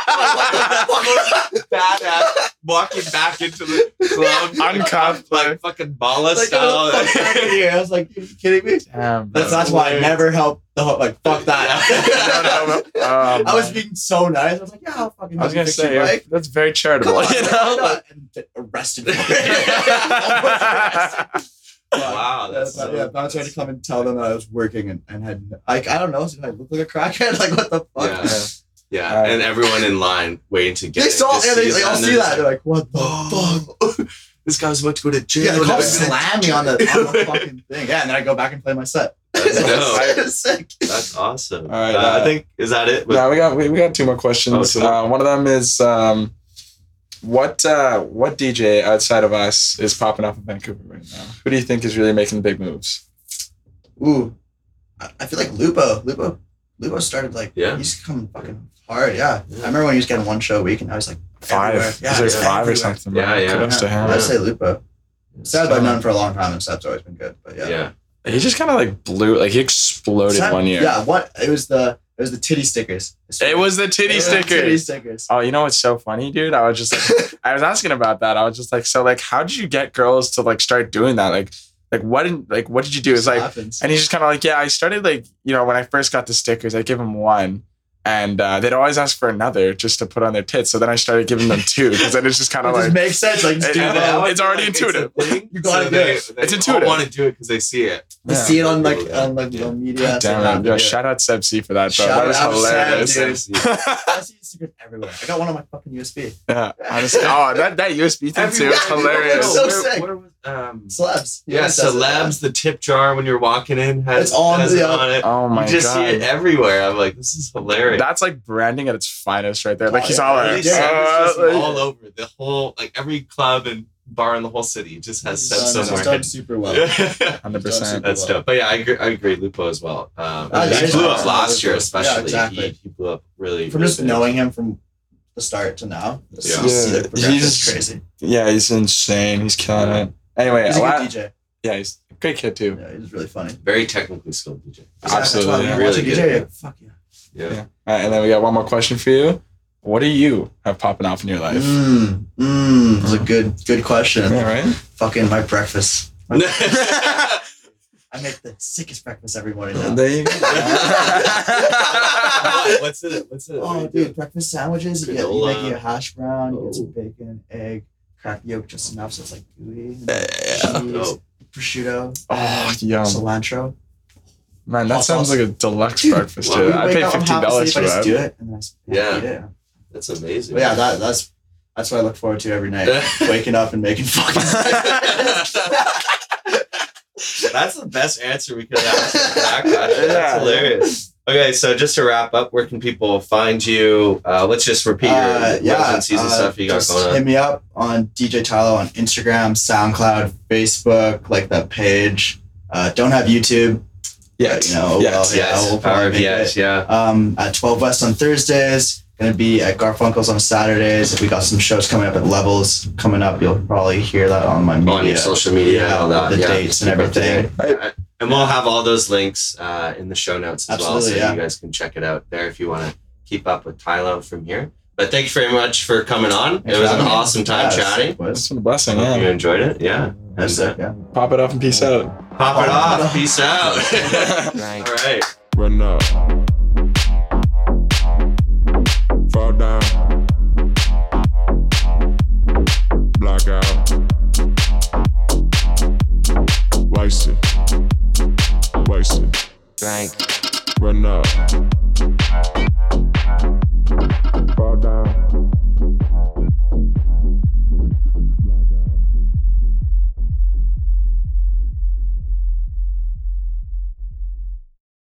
S7: I'm like, what the fuck?
S2: badass walking back into the club,
S3: Uncuffed,
S2: like
S3: like-
S2: fucking bala
S7: Like,
S2: style.
S7: get the fuck out of here. I was like, you kidding me?
S3: Damn,
S7: That's,
S3: bro.
S7: that's why I
S2: Weird.
S7: never helped the whole, like, fuck that.
S3: No, no, no. Oh,
S7: I was
S3: man.
S7: being so nice. I was like, yeah, I'll fucking
S3: I was gonna
S7: fix
S3: say
S7: your bike.
S3: that's very
S7: Come
S3: charitable.
S7: on,
S3: you
S7: like,
S3: know?
S7: why not? And get arrested. Almost arrested.
S2: Wow, that's
S7: That's yeah, but I tried to come and tell them that I was working and, and had like I don't know, did I look like a crackhead? Like what the fuck?
S2: Yeah. Yeah,
S3: Uh,
S2: and everyone in line waiting to get
S7: They
S2: in
S7: saw
S2: just
S7: yeah, they
S2: sees
S7: like, all
S2: and
S7: see
S2: they're
S7: that. They're like, what the fuck?
S2: just like, this guy was about to go to jail.
S7: Yeah, the
S2: That
S7: cops
S2: was it.
S7: slam me on the, on the fucking thing. Yeah, and then I go back and play my set.
S2: No.
S7: It's sick.
S2: That's awesome.
S3: All right,
S2: Uh, I
S3: uh,
S2: think is that it. With-
S3: no, we got we, we got two more questions.
S2: Oh, cool.
S3: uh, one of them is um, what uh, what DJ outside of us is popping off in Vancouver right now? Who do you think is really making big moves?
S7: Ooh, I, I feel like Lupo. Lupo. Lupo started like
S2: Yeah.
S7: yeah. He's coming fucking hard. Yeah. I remember when he was getting one show a week, and I was like everywhere.
S3: Five,
S7: Yeah,
S3: is there
S7: yeah,
S3: five or
S7: everywhere.
S3: something?
S2: Yeah,
S3: right?
S2: yeah.
S3: Kudos to him.
S7: I'd say Lupo. Sad, but I've
S3: Still-
S7: known him for a long time, and Seb's always been good. But yeah.
S2: yeah.
S3: He just kind of like blew, like he exploded
S7: Seb-
S3: one year.
S7: Yeah. What? It was the it was the titty stickers.
S3: It was the
S7: It
S3: titty
S7: was the
S3: stickers.
S7: Titty stickers.
S3: Oh, you know what's so funny, dude? I was just like, I was asking about that. I was just like, so like, how did you get girls to like start doing that? Like, like what did like what did you do? It's like,
S7: happens.
S3: and he's just kind of like, yeah, I started like, you know, when I first got the stickers, I give them one, and uh, they'd always ask for another just to put on their tits. So then I started giving them two because then it's just kind
S7: It
S3: of
S7: just
S3: like,
S7: makes sense. Like, just
S3: It-
S7: do
S3: it-
S7: that.
S3: it- it's already intuitive.
S2: You
S7: gotta do it.
S3: It's intuitive.
S2: want to do it because they see it.
S7: We
S3: Yeah.
S7: see it on like on like the media.
S3: God
S7: so we have
S3: damn it,
S7: to
S3: yo,
S7: do it.
S3: shout out Seb C for that. Though.
S7: Shout
S3: that was
S7: out Seb,
S3: hilarious.
S7: dude. I see stickers everywhere. I got one on my fucking USB.
S3: yeah, honestly, oh, that that USB thing too, it's
S7: Everywhere.
S3: hilarious.
S7: So
S2: Where-
S7: sick.
S2: where was- um,
S7: Celebs.
S2: Yeah,
S7: Everyone does it.
S2: celebs. The tip jar when you're walking in has
S7: It's on
S2: has
S7: the-
S2: it on it.
S3: Oh my
S2: you just
S3: god.
S2: see it everywhere. I'm like, this is hilarious.
S3: That's like branding at its finest, right there. Like
S7: Oh,
S3: he's
S7: yeah.
S3: all
S2: Like,
S3: like,
S2: Seb is just
S3: uh, like-
S2: all over the whole, like every club and bar in the whole city just has
S7: He's
S2: Seb
S7: done- he's
S2: somewhere.
S7: done super well.
S3: Hundred
S7: Johnson.
S3: percent.
S2: That's dope. But yeah, I agree, I agree Lupo as well. Um,
S7: Oh,
S3: yeah,
S2: he
S3: he's
S2: blew
S3: awesome.
S2: up last year,
S7: Yeah,
S2: especially.
S7: exactly.
S2: he, he blew up really.
S7: From
S2: really
S7: just
S2: big.
S7: knowing him from the start to now,
S2: Yeah.
S3: Yeah.
S7: he's
S3: He's-
S7: crazy.
S3: Yeah, he's insane. He's killing it. Anyway,
S7: He's a
S3: a lot-
S7: good DJ.
S3: yeah, he's a great kid too.
S7: Yeah, he's really funny.
S2: very technically skilled DJ.
S7: Yeah, that's why
S3: Absolutely.
S7: when I
S2: Really
S7: watch a
S2: good.
S7: DJ, yeah, fuck yeah.
S2: Yeah.
S3: Yeah. All right, and then we got one more question for you. What do you have popping off in your life?
S7: Mmm, mmm. It's a good, good question.
S3: Yeah, right.
S7: Fucking my breakfast.
S2: I
S7: I I make the sickest breakfast every morning. now.
S3: There you go.
S8: what's it? What's it?
S7: Oh, dude, breakfast sandwiches. You, get, you
S2: Granola.
S7: make you a hash brown, you get some bacon, egg, cracked yolk just enough so it's like gooey. Cheese,
S2: Oh.
S7: prosciutto,
S3: oh, yum.
S7: cilantro.
S3: Man, that
S7: Hot
S3: sounds
S7: sauce.
S3: like a deluxe
S7: Dude,
S3: breakfast,
S2: wow.
S3: dude.
S7: We
S3: I
S7: wake
S3: paid
S7: up, I'm
S3: fifteen
S7: half
S3: dollars
S7: asleep,
S3: for
S7: I just
S3: that.
S7: do it, and then I s-
S2: Yeah.
S7: eat it.
S2: That's amazing.
S7: But yeah, that, that's that's what I look forward to every night. Waking up and making fucking.
S2: That's the best answer we could have asked. for that question.
S3: Yeah.
S2: That's hilarious. Okay, so just to wrap up, where can people find you? Uh, let's just repeat your
S7: Uh, yeah,
S2: residencies and
S7: uh,
S2: stuff you got
S7: just
S2: going on.
S7: hit me up on DJ Tylo on Instagram, SoundCloud, Facebook, like that page. Uh, don't have YouTube,
S3: Yes.
S7: you know.
S3: Yes.
S7: well, yeah,
S2: yes,
S7: we'll probably
S2: power of
S7: make
S2: yes,
S7: it.
S2: yeah.
S7: Um, at 12 West on Thursdays, gonna be at Garfunkel's on Saturdays. We got some shows coming up at Levels coming up. You'll probably hear that on my media,
S2: On your social media and all that.
S7: the
S2: yeah.
S7: dates and everything.
S2: Yeah, And we'll have all those links uh, in the show notes as well,
S7: Absolutely,
S2: so
S7: yeah.
S2: you guys can check it out there if you want to keep up with Tylo from here. But thank you very much for coming on.
S7: Thanks
S2: it was
S7: for
S2: an
S7: having me.
S2: awesome time
S7: Yeah,
S2: chatting.
S7: sick was.
S3: It's been a blessing,
S2: Hope you
S3: yeah.
S2: enjoyed it. Yeah. And uh,
S7: Sick, yeah.
S3: Pop it off and peace out.
S2: pop it off. Peace out.
S3: Thanks.
S2: All right.
S5: Run up. Fall down. Black out. Wasted. Wasted.
S6: Drank,